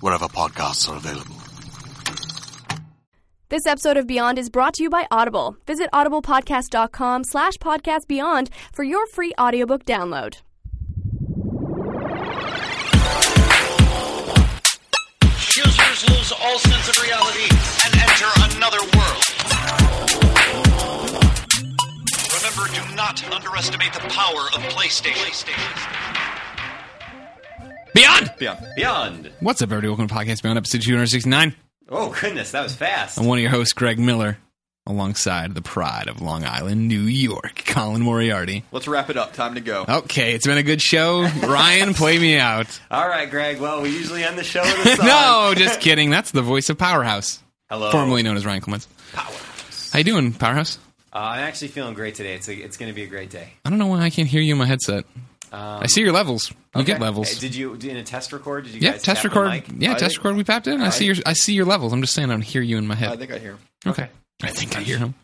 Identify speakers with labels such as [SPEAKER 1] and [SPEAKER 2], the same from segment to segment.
[SPEAKER 1] wherever podcasts are available.
[SPEAKER 2] This episode of Beyond is brought to you by Audible. Visit audiblepodcast.com slash podcast beyond for your free audiobook download.
[SPEAKER 3] Choosers lose all sense of reality and enter another world. Remember, do not underestimate the power of PlayStation.
[SPEAKER 4] Beyond!
[SPEAKER 5] Beyond. Beyond.
[SPEAKER 4] What's up, everybody? Welcome to Podcast Beyond, episode 269.
[SPEAKER 5] Oh, goodness, that was fast.
[SPEAKER 4] I'm one of your hosts, Greg Miller, alongside the pride of Long Island, New York, Colin Moriarty.
[SPEAKER 5] Let's wrap it up. Time to go.
[SPEAKER 4] Okay, it's been a good show. Ryan, play me out.
[SPEAKER 5] All right, Greg. Well, we usually end the show with a song.
[SPEAKER 4] no, just kidding. That's the voice of Powerhouse,
[SPEAKER 5] Hello.
[SPEAKER 4] formerly known as Ryan Clements.
[SPEAKER 5] Powerhouse.
[SPEAKER 4] How you doing, Powerhouse?
[SPEAKER 5] Uh, I'm actually feeling great today. It's a, it's going to be a great day.
[SPEAKER 4] I don't know why I can't hear you in my headset. I see your levels. You get
[SPEAKER 5] Um, Okay.
[SPEAKER 4] levels.
[SPEAKER 5] Hey, Uh, did you did in a test record? Did you
[SPEAKER 4] yeah,
[SPEAKER 5] guys
[SPEAKER 4] test
[SPEAKER 5] tap the
[SPEAKER 4] record.
[SPEAKER 5] mic? Oh,
[SPEAKER 4] Yeah,
[SPEAKER 5] I
[SPEAKER 4] test
[SPEAKER 5] think-
[SPEAKER 4] record. We papped in. I see your. I see your levels. I'm just saying, I don't hear you in my head.
[SPEAKER 6] I think I hear him.
[SPEAKER 4] okay. I think I hear him.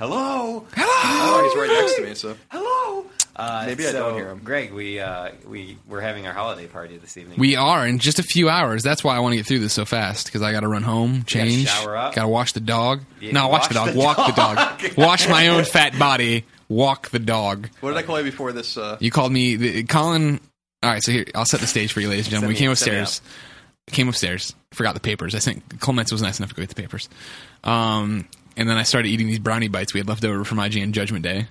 [SPEAKER 5] Hello.
[SPEAKER 6] Oh, he's right next to me, so.
[SPEAKER 5] Hello. Uh,
[SPEAKER 6] Maybe I
[SPEAKER 5] so,
[SPEAKER 6] don't hear him.
[SPEAKER 5] Greg, we uh, we we're having our holiday party this evening.
[SPEAKER 4] We are in just a few hours. That's why I want to get through this so fast because I got to run home, change,
[SPEAKER 5] shower up.
[SPEAKER 4] got to wash the dog.
[SPEAKER 5] Yeah,
[SPEAKER 4] no, wash, the
[SPEAKER 5] wash
[SPEAKER 4] dog,
[SPEAKER 5] the
[SPEAKER 4] walk the
[SPEAKER 5] dog.
[SPEAKER 4] dog, wash my own fat body, walk the dog.
[SPEAKER 6] What did I call you before this? Uh,
[SPEAKER 4] You called me, the, Colin. All right, so here I'll set the stage for you, ladies and gentlemen. we
[SPEAKER 5] me-
[SPEAKER 4] came
[SPEAKER 5] set me
[SPEAKER 4] upstairs, came upstairs, forgot the papers. I think Clements was nice enough to go get the papers, um, and then I started eating these brownie bites we had left over from IGN Judgment Day,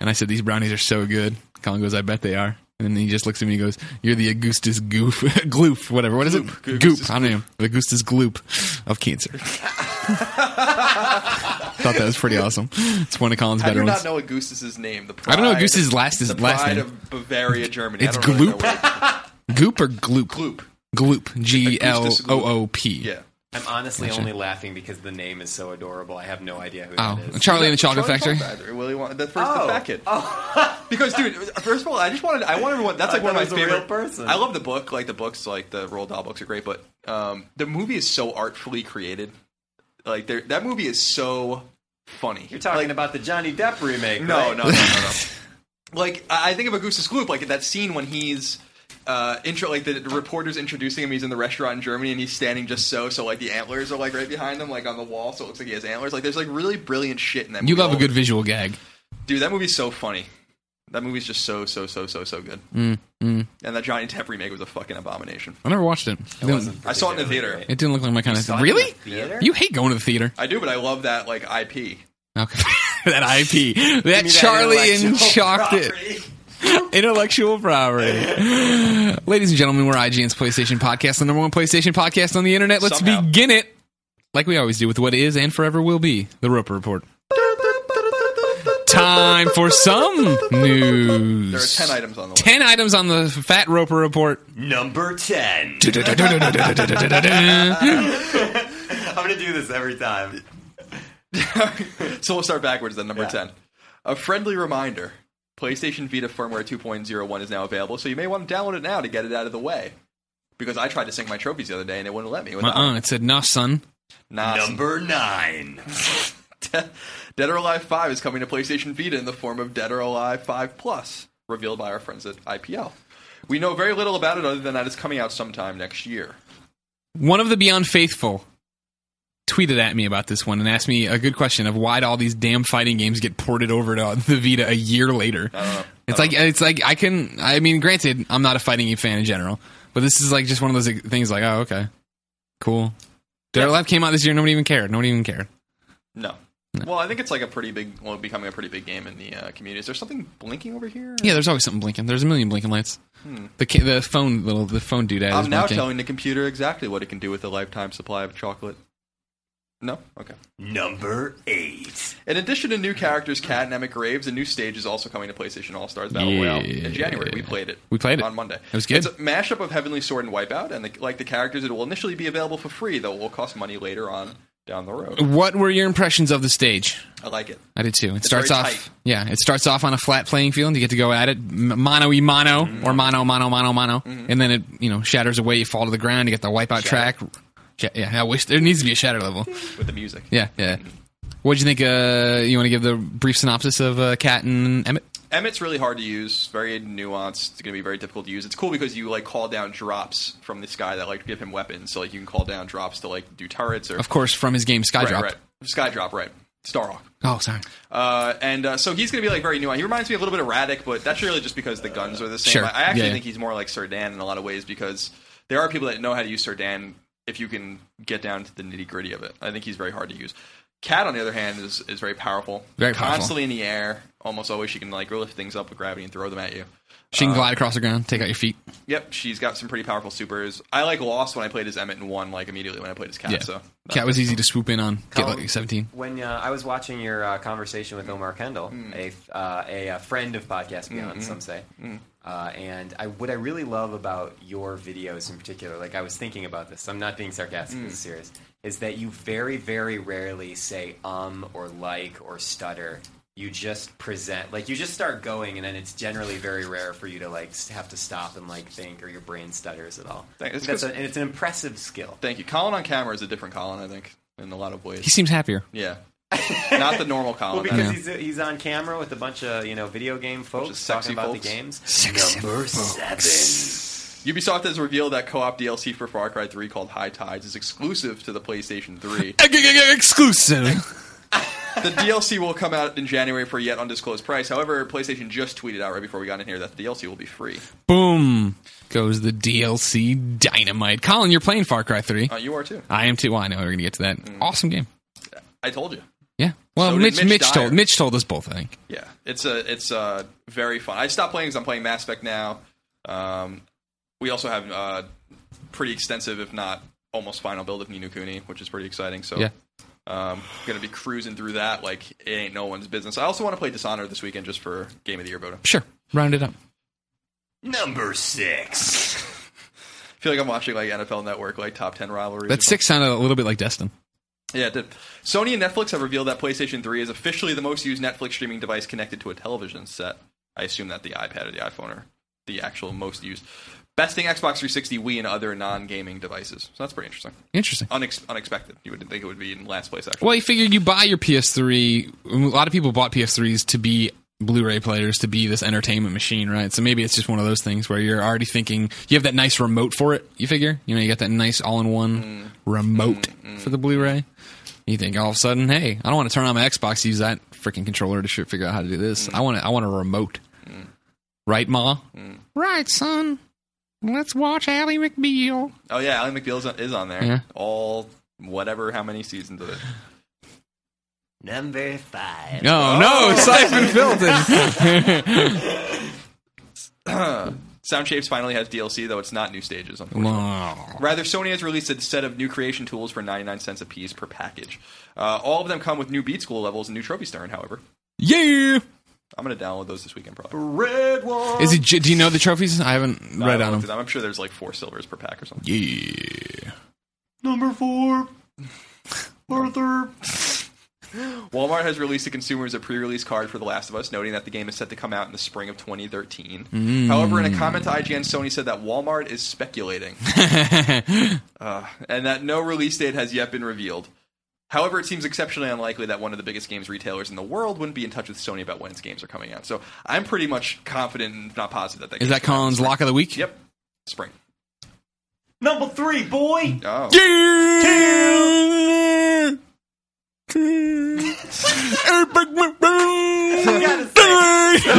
[SPEAKER 4] and I said these brownies are so good. Colin goes, I bet they are. And then he just looks at me and goes, You're the Augustus Goof, Gloof, whatever. What is it? Goop. I don't know. The Augustus Gloop of cancer. Thought that was pretty awesome. It's one of Colin's
[SPEAKER 6] how do
[SPEAKER 4] better
[SPEAKER 6] you
[SPEAKER 4] ones.
[SPEAKER 6] not know Augustus's name? The
[SPEAKER 4] I don't know
[SPEAKER 6] pride-
[SPEAKER 4] Augustus's last- his
[SPEAKER 6] the
[SPEAKER 4] last
[SPEAKER 6] pride
[SPEAKER 4] name.
[SPEAKER 6] of Bavaria, Germany.
[SPEAKER 4] It's
[SPEAKER 6] I don't really know
[SPEAKER 4] Gloop.
[SPEAKER 6] where it-
[SPEAKER 4] Goop or Gloop?
[SPEAKER 6] Gloop.
[SPEAKER 4] Gloop. G E L
[SPEAKER 6] Augustus
[SPEAKER 4] O
[SPEAKER 6] Gloop.
[SPEAKER 4] O P.
[SPEAKER 6] Yeah.
[SPEAKER 5] I'm honestly only laughing because the name is so adorable. I have no idea who
[SPEAKER 4] Oh,
[SPEAKER 5] that is.
[SPEAKER 4] Charlie and the Chocolate Factory.
[SPEAKER 6] Charlie Culp either. Willy Wonka. The first,
[SPEAKER 5] Oh.
[SPEAKER 6] the fat kid. because, dude, first of all, I just wanted. I want everyone. That's
[SPEAKER 5] I
[SPEAKER 6] like one of
[SPEAKER 5] thought
[SPEAKER 6] my
[SPEAKER 5] it was a real
[SPEAKER 6] favorite.
[SPEAKER 5] person.
[SPEAKER 6] I love the book. Like the books, like the Roald Dahl books are great, but um, the movie is so artfully created. Like there- that movie is so funny.
[SPEAKER 5] You're talking
[SPEAKER 6] Like,
[SPEAKER 5] about the Johnny Depp remake.
[SPEAKER 6] No,
[SPEAKER 5] right?
[SPEAKER 6] no, no, no, no. like I I think of Augustus Gloop, like that scene when he's uh intro like the reporter's introducing him, he's in the restaurant in Germany and he's standing just so so like the antlers are like right behind him, like on the wall, so it looks like he has antlers. Like there's like really brilliant shit in that
[SPEAKER 4] You
[SPEAKER 6] movie.
[SPEAKER 4] love a good visual gag.
[SPEAKER 6] Dude, that movie's so funny. That movie's just so so so so so good.
[SPEAKER 4] Mm,
[SPEAKER 6] And that Johnny Depp remake was a fucking abomination.
[SPEAKER 4] I never watched it. It didn't,
[SPEAKER 5] wasn't
[SPEAKER 6] I saw it in the
[SPEAKER 5] particularly
[SPEAKER 6] theater.
[SPEAKER 4] it didn't look like my kind of
[SPEAKER 5] saw
[SPEAKER 4] thing.
[SPEAKER 5] it in
[SPEAKER 4] Really?
[SPEAKER 5] the theater?
[SPEAKER 4] You hate going to the theater.
[SPEAKER 6] I do, but I love that like IP.
[SPEAKER 4] Okay. that IP. That
[SPEAKER 5] Give me that
[SPEAKER 4] Charlie and
[SPEAKER 5] intellectual
[SPEAKER 4] Chocolate.
[SPEAKER 5] property.
[SPEAKER 4] Intellectual property. Ladies and gentlemen, we're IGN's PlayStation Podcast, the number one PlayStation podcast on the internet. Let's
[SPEAKER 6] Somehow.
[SPEAKER 4] begin it, like we always do, with what is and forever will be the Roper Report. Time for some news.
[SPEAKER 6] There are ten items on the list.
[SPEAKER 4] 10 items on the Fat Roper Report.
[SPEAKER 5] Number 10. I'm going to do this every time.
[SPEAKER 6] So we'll start backwards then, number
[SPEAKER 5] Yeah.
[SPEAKER 6] 10. A friendly reminder PlayStation Vita firmware 2.01 is now available, so you may want to download it now to get it out of the way. Because I tried to sync my trophies the other day and it wouldn't let me. Without
[SPEAKER 4] Uh-uh, it said, nah, son.
[SPEAKER 6] Nah,
[SPEAKER 5] Number 9.
[SPEAKER 6] Dead or Alive 5 is coming to PlayStation Vita in the form of Dead or Alive 5 Plus, revealed by our friends at IPL. We know very little about it other than that it's coming out sometime next year.
[SPEAKER 4] One of the Beyond Faithful tweeted at me about this one and asked me a good question of why do all these damn fighting games get ported over to the Vita a year later. It's like it's like I can I mean granted I'm not a fighting game fan in general, but this is like just one of those things like oh okay. Cool. Dead or Alive came out this year. Nobody even cared. Nobody even cared.
[SPEAKER 6] No. Well, I think it's like a pretty big, well, becoming a pretty big game in the uh, community. Is there something blinking over here?
[SPEAKER 4] Yeah, there's always something blinking. There's a million blinking lights. The ca- the phone little the phone dude ad is
[SPEAKER 6] Hmm. I'm now
[SPEAKER 4] blinking.
[SPEAKER 6] telling the computer exactly what it can do with a lifetime supply of chocolate. No? Okay.
[SPEAKER 7] Number eight.
[SPEAKER 6] In addition to new characters, Cat and Emmett Graves, a new stage is also coming to PlayStation All Stars Battle
[SPEAKER 4] Yeah.
[SPEAKER 6] Royale in January. We played it.
[SPEAKER 4] We played it.
[SPEAKER 6] on Monday.
[SPEAKER 4] It was good.
[SPEAKER 6] It's a mashup of Heavenly Sword and Wipeout, and the, like the characters, it will initially be available for free, though it will cost money later on down the road.
[SPEAKER 4] What were your impressions of the stage?
[SPEAKER 6] I like it.
[SPEAKER 4] I did too. It
[SPEAKER 6] It's
[SPEAKER 4] starts
[SPEAKER 6] very
[SPEAKER 4] off,
[SPEAKER 6] tight.
[SPEAKER 4] yeah. It starts off on a flat playing field. and You get to go at it m- mano y mano
[SPEAKER 6] Mm-hmm.
[SPEAKER 4] or mano mano mano mano, and then it you know shatters away. You fall to the ground. You get the wipeout track. Sh- Yeah, I wish there needs to be a shatter level.
[SPEAKER 6] with the music.
[SPEAKER 4] Yeah, yeah. What would you think? Uh, you want to give the brief synopsis of uh, Cat and Emmett?
[SPEAKER 6] Emmett's really hard to use, very nuanced. It's going to be very difficult to use. It's cool because you like call down drops from the sky that like give him weapons. So like you can call down drops to like do turrets or
[SPEAKER 4] Of course, from his game
[SPEAKER 6] right,
[SPEAKER 4] Skydrop.
[SPEAKER 6] right. sky drop right Starhawk.
[SPEAKER 4] Oh, sorry.
[SPEAKER 6] Uh, and uh, so he's going to be like very nuanced. He reminds me a little bit of Radic, but that's really just because the guns are the same.
[SPEAKER 4] Sure.
[SPEAKER 6] I, I actually
[SPEAKER 4] Yeah, yeah.
[SPEAKER 6] think he's more like Serdan in a lot of ways because there are people that know how to use Serdan if you can get down to the nitty gritty of it. I think he's very hard to use. Cat, on the other hand, is, is very powerful.
[SPEAKER 4] Very powerful.
[SPEAKER 6] Constantly in the air, almost always she can like lift things up with gravity and throw them at you.
[SPEAKER 4] She
[SPEAKER 6] Uh,
[SPEAKER 4] can glide across the ground, take out your feet.
[SPEAKER 6] Yep, she's got some pretty powerful supers. I like lost when I played as Emmett and won like immediately when I played as Cat.
[SPEAKER 4] Yeah.
[SPEAKER 6] So
[SPEAKER 4] Cat was easy to swoop in on. Get
[SPEAKER 5] Colin,
[SPEAKER 4] like 17.
[SPEAKER 5] When uh, I was watching your uh, conversation with Omar Kendall,
[SPEAKER 6] Hmm.
[SPEAKER 5] a, uh, a uh, friend of Podcast Beyond, some say,
[SPEAKER 6] hmm.
[SPEAKER 5] uh, and I, what I really love about your videos in particular, like I was thinking about this, I'm not being sarcastic,
[SPEAKER 6] Hmm.
[SPEAKER 5] this is serious, is that you very, very rarely say um or like or stutter. You just present, like you just start going, and then it's generally very rare for you to like s- have to stop and like think, or your brain stutters at all.
[SPEAKER 6] Thank- it's
[SPEAKER 5] That's
[SPEAKER 6] good.
[SPEAKER 5] a, and it's an impressive skill.
[SPEAKER 6] thank you. Colin on camera is a different Colin, I think, in a lot of ways.
[SPEAKER 4] He seems happier.
[SPEAKER 6] Yeah. Not the normal Colin.
[SPEAKER 5] Well,
[SPEAKER 6] that
[SPEAKER 5] because
[SPEAKER 6] is.
[SPEAKER 5] he's, he's on camera with a bunch of you know video game folks
[SPEAKER 6] sexy
[SPEAKER 5] talking about
[SPEAKER 6] folks.
[SPEAKER 5] the games.
[SPEAKER 7] Number seven.
[SPEAKER 6] Ubisoft has revealed that co-op DLC for Far Cry 3 called High Tides is exclusive to the PlayStation 3.
[SPEAKER 4] Exclusive.
[SPEAKER 6] the DLC will come out in January for a yet undisclosed price. However, PlayStation just tweeted out right before we got in here that the DLC will be free.
[SPEAKER 4] Boom goes the DLC dynamite. Colin, you're playing Far Cry 3.
[SPEAKER 6] Uh, you are too.
[SPEAKER 4] I am too. Well, I know we're going to get to that. Awesome game.
[SPEAKER 6] I told you.
[SPEAKER 4] Yeah. Well,
[SPEAKER 6] Mm. So did
[SPEAKER 4] Mitch,
[SPEAKER 6] Mitch
[SPEAKER 4] Mitch,
[SPEAKER 6] Dyer.
[SPEAKER 4] told Mitch told us both. I think.
[SPEAKER 6] Yeah, it's a it's a very fun. I stopped playing because I'm playing Mass Effect now. Um, we also have uh, pretty extensive, if not almost final build of Nino Kuni, which is pretty exciting. So
[SPEAKER 4] Yeah.
[SPEAKER 6] um, gonna be cruising through that like it ain't no one's business. I also want to play Dishonored this weekend just for Game of the Year voting.
[SPEAKER 4] Sure. Round it up.
[SPEAKER 7] Number six.
[SPEAKER 6] I feel like I'm watching like NFL Network like top ten rivalries.
[SPEAKER 4] That six sounded a little bit like Destin.
[SPEAKER 6] Yeah, it did. Sony and Netflix have revealed that PlayStation 3 is officially the most used Netflix streaming device connected to a television set. I assume that the iPad or the iPhone are the actual most used. Besting Xbox 360, Wii, and other non-gaming devices. So that's pretty interesting.
[SPEAKER 4] Interesting.
[SPEAKER 6] Unex- unexpected. You would think it would be in last place, actually.
[SPEAKER 4] Well, you figured you buy your PS3. A lot of people bought PS3s to be Blu-ray players, to be this entertainment machine, right? So maybe it's just one of those things where you're already thinking you have that nice remote for it. You figure, you know, you got that nice all-in-one remote for the Blu-ray. You think all of a sudden, hey, I don't want to turn on my Xbox, use that freaking controller to sh- figure out how to do this. I want to, I want a remote, right, Ma? Right, son. Let's watch Ally McBeal.
[SPEAKER 6] Oh, yeah, Alan McBeal is on, is on there.
[SPEAKER 4] Yeah.
[SPEAKER 6] All whatever, how many seasons of it.
[SPEAKER 7] Number five.
[SPEAKER 4] No, Oh, no, Siphon Filton.
[SPEAKER 6] Sound Shapes finally has DLC, though it's not new stages, unfortunately.
[SPEAKER 4] Wow.
[SPEAKER 6] Rather, Sony has released a set of new creation tools for 99 cents apiece per package. Uh, all of them come with new Beat School levels and new Trophy Stern, however.
[SPEAKER 4] Yeah.
[SPEAKER 6] I'm going to download those this weekend, probably.
[SPEAKER 4] Is it? Do you know the trophies? I haven't
[SPEAKER 6] No, I
[SPEAKER 4] read
[SPEAKER 6] don't
[SPEAKER 4] on
[SPEAKER 6] look
[SPEAKER 4] them.
[SPEAKER 6] at I'm sure there's like four silvers per pack or something.
[SPEAKER 4] Yeah.
[SPEAKER 6] Number four. Arthur. Walmart has released to consumers a pre-release card for The Last of Us, noting that the game is set to come out in the spring of 2013.
[SPEAKER 4] Mm.
[SPEAKER 6] However, in a comment to IGN, Sony said that Walmart is speculating uh, and that no release date has yet been revealed. However, it seems exceptionally unlikely that one of the biggest games retailers in the world wouldn't be in touch with Sony about when its games are coming out. So I'm pretty much confident, and not positive, that that
[SPEAKER 4] Is
[SPEAKER 6] game's
[SPEAKER 4] that
[SPEAKER 6] coming out in
[SPEAKER 4] Colin's lock of the week?
[SPEAKER 6] the- Yep, spring.
[SPEAKER 7] Number three, boy.
[SPEAKER 6] Oh,
[SPEAKER 4] Yeah.
[SPEAKER 7] gotta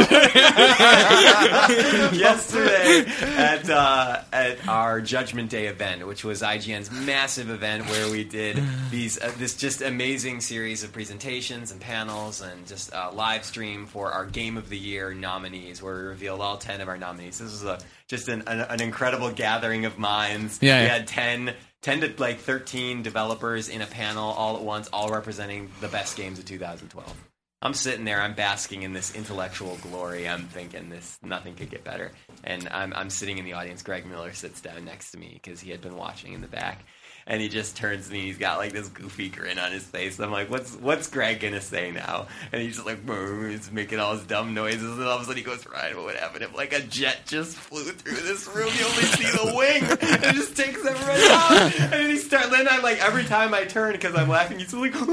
[SPEAKER 7] say,
[SPEAKER 5] yesterday at uh, at our Judgment Day event, which was IGN's massive event where we did these uh, this just amazing series of presentations and panels and just uh, live stream for our Game of the Year nominees, where we revealed all ten of our nominees. This was a just an, an, an incredible gathering of minds.
[SPEAKER 4] Yeah,
[SPEAKER 5] we
[SPEAKER 4] yeah.
[SPEAKER 5] had ten. 10 to like 13 developers in a panel all at once, all representing the best games of 2012. I'm sitting there, I'm basking in this intellectual glory. I'm thinking this nothing could get better. And I'm I'm sitting in the audience. Greg Miller sits down next to me because he had been watching in the back, and he just turns to me. He's got like this goofy grin on his face. I'm like, what's what's Greg gonna say now? And he's just like, "Brr," he's making all his dumb noises, and all of a sudden he goes, Ryan, what happened if like a jet just flew through this room? You only see the wing. And it just takes everybody out. And then he starts. Then I like every time I turn because I'm laughing, he's like.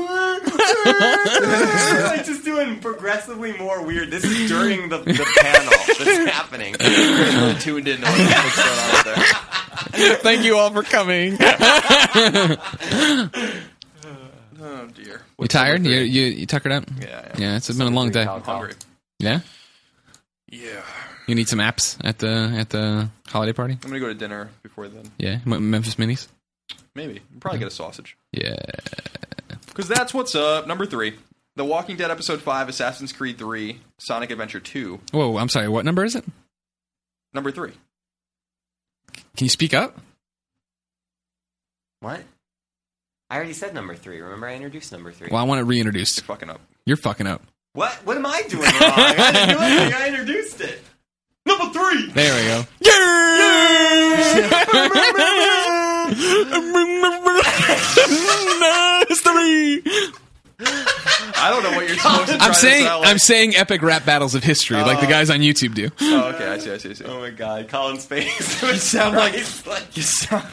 [SPEAKER 5] like just doing progressively more weird. This is during the, the panel that's happening.
[SPEAKER 6] Really tuned in. to What's going on out there?
[SPEAKER 4] Thank you all for coming.
[SPEAKER 6] Oh dear.
[SPEAKER 4] You tired? You you, you tuckered out?
[SPEAKER 6] Yeah, yeah.
[SPEAKER 4] Yeah, it's been a long day.
[SPEAKER 5] Call, call.
[SPEAKER 6] Hungry.
[SPEAKER 4] Yeah,
[SPEAKER 6] Yeah.
[SPEAKER 4] you need some apps at the at the holiday party.
[SPEAKER 6] I'm gonna go to dinner before then.
[SPEAKER 4] Yeah, M- Memphis Minis.
[SPEAKER 6] Maybe. Probably get a sausage.
[SPEAKER 4] Yeah,
[SPEAKER 6] Because that's what's up. Number three. The Walking Dead Episode 5, Assassin's Creed 3, Sonic Adventure 2.
[SPEAKER 4] Whoa, I'm sorry. What number is it?
[SPEAKER 6] Number three.
[SPEAKER 4] Can you speak up?
[SPEAKER 5] What? I already said number three. Remember, I introduced number three.
[SPEAKER 4] Well, I want it reintroduced.
[SPEAKER 6] You're fucking up.
[SPEAKER 4] You're fucking up.
[SPEAKER 5] What? What am I doing wrong? I didn't do anything. I introduced it. Number three.
[SPEAKER 4] There we go.
[SPEAKER 6] I don't know what you're supposed to try
[SPEAKER 4] I'm saying
[SPEAKER 6] this out Uh, like.
[SPEAKER 4] I'm saying epic rap battles of history, like the guys on YouTube do.
[SPEAKER 6] Oh, okay. I see, I see, I see.
[SPEAKER 5] Oh my God, Colin Space. you sound like you sound.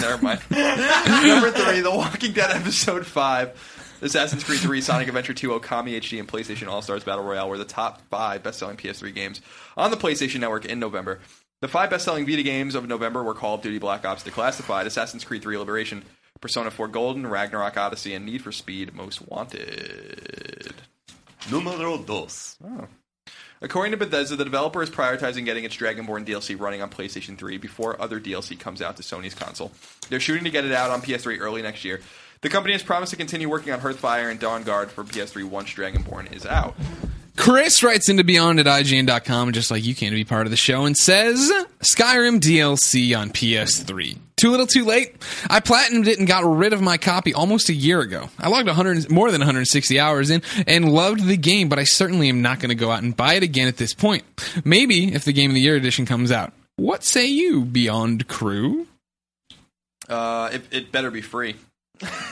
[SPEAKER 6] Never mind. Number three, The Walking Dead Episode 5, Assassin's Creed 3, Sonic Adventure 2, Okami HD, and PlayStation All Stars Battle Royale were the top five best selling PS3 games on the PlayStation Network in November. The five best selling Vita games of November were Call of Duty Black Ops Declassified, Assassin's Creed 3 Liberation, Persona 4 Golden, Ragnarok Odyssey, and Need for Speed Most Wanted.
[SPEAKER 5] Numero dos.
[SPEAKER 6] According to Bethesda, the developer is prioritizing getting its Dragonborn DLC running on PlayStation 3 before other DLC comes out to Sony's console. They're shooting to get it out on PS3 early next year. The company has promised to continue working on Hearthfire and Dawn Guard for PS3 once Dragonborn is out.
[SPEAKER 4] Chris writes into Beyond at IGN.com, just like you can to be part of the show, and says Skyrim DLC on PS3. Too little, too late. I platinumed it and got rid of my copy almost a year ago. I logged 100, more than 160 hours in and loved the game, but I certainly am not going to go out and buy it again at this point. Maybe if the Game of the Year edition comes out. What say you, Beyond Crew?
[SPEAKER 6] Uh, it, it better be free.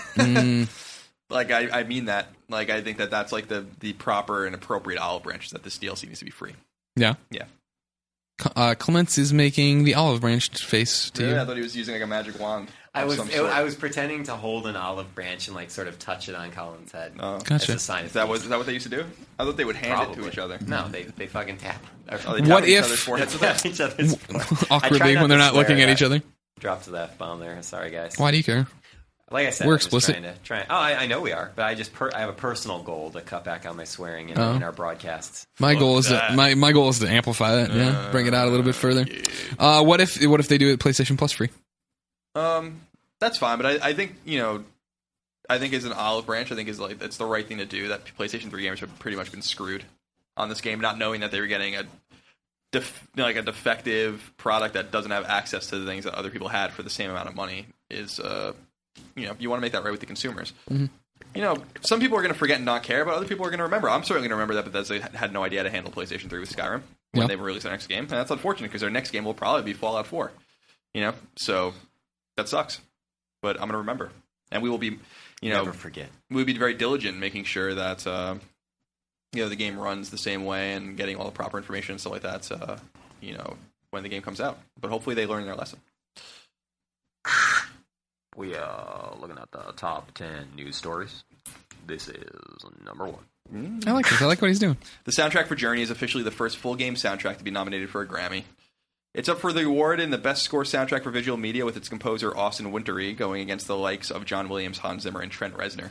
[SPEAKER 6] like, I, I mean that. Like, I think that that's like the, the proper and appropriate olive branch is that this DLC needs to be free.
[SPEAKER 4] Yeah.
[SPEAKER 6] Yeah.
[SPEAKER 4] Uh, Clements is making the olive branch face to
[SPEAKER 6] Really? I
[SPEAKER 4] you.
[SPEAKER 6] thought he was using like a magic wand.
[SPEAKER 5] I
[SPEAKER 6] of
[SPEAKER 5] was
[SPEAKER 6] some
[SPEAKER 5] it-
[SPEAKER 6] sort.
[SPEAKER 5] I was pretending to hold an olive branch and like sort of touch it on Colin's head.
[SPEAKER 6] Oh.
[SPEAKER 4] Gotcha.
[SPEAKER 5] As a sign of
[SPEAKER 6] Is that,
[SPEAKER 5] peace.
[SPEAKER 6] what, is that what they used to do? I thought they would hand it to
[SPEAKER 5] Probably.
[SPEAKER 6] each other.
[SPEAKER 5] No, they they fucking tap.
[SPEAKER 6] Oh, they
[SPEAKER 4] What
[SPEAKER 6] tap each
[SPEAKER 4] if-
[SPEAKER 6] other's foreheads with
[SPEAKER 5] Tap
[SPEAKER 6] that?
[SPEAKER 5] each other's
[SPEAKER 4] Awkwardly when they're not looking at each other.
[SPEAKER 5] Drop to the f bomb there. Sorry guys.
[SPEAKER 4] Why do you care?
[SPEAKER 5] Like I said,
[SPEAKER 4] We're
[SPEAKER 5] I'm just
[SPEAKER 4] explicit.
[SPEAKER 5] Trying to, trying, oh, I, I know we are, but I just per, I have a personal goal to cut back on my swearing in,
[SPEAKER 4] Oh.
[SPEAKER 5] in our broadcasts.
[SPEAKER 4] My goal is to my, my goal is to amplify that, yeah, bring it out a little bit further. Uh, what if what if they do it PlayStation Plus free?
[SPEAKER 6] Um, that's fine, but I, I think you know, I think as an olive branch, I think is like that's the right thing to do. That PlayStation Three gamers have pretty much been screwed on this game, not knowing that they were getting a def- like a defective product that doesn't have access to the things that other people had for the same amount of money. Is uh, you know, you want to make that right with the consumers. You know, some people are going to forget and not care, but other people are going to remember. I'm certainly going to remember that Bethesda had- had no idea how to handle PlayStation 3 with Skyrim when
[SPEAKER 4] Yeah.
[SPEAKER 6] they released their next game, and that's unfortunate because their next game will probably be Fallout 4. You know, so that sucks. But I'm going to remember, and we will be, you know,
[SPEAKER 5] Never forget.
[SPEAKER 6] we'll be very diligent in making sure that uh, you know the game runs the same way and getting all the proper information and stuff like that. Uh, you know, when the game comes out. But hopefully, they learn their lesson.
[SPEAKER 5] We are looking at the top ten news stories. This is number one.
[SPEAKER 4] I like this. I like what he's doing.
[SPEAKER 6] The soundtrack for Journey is officially the first full game soundtrack to be nominated for a Grammy. It's up for the award in the Best Score Soundtrack for Visual Media with its composer Austin Wintory going against the likes of John Williams, Hans Zimmer, and Trent Reznor.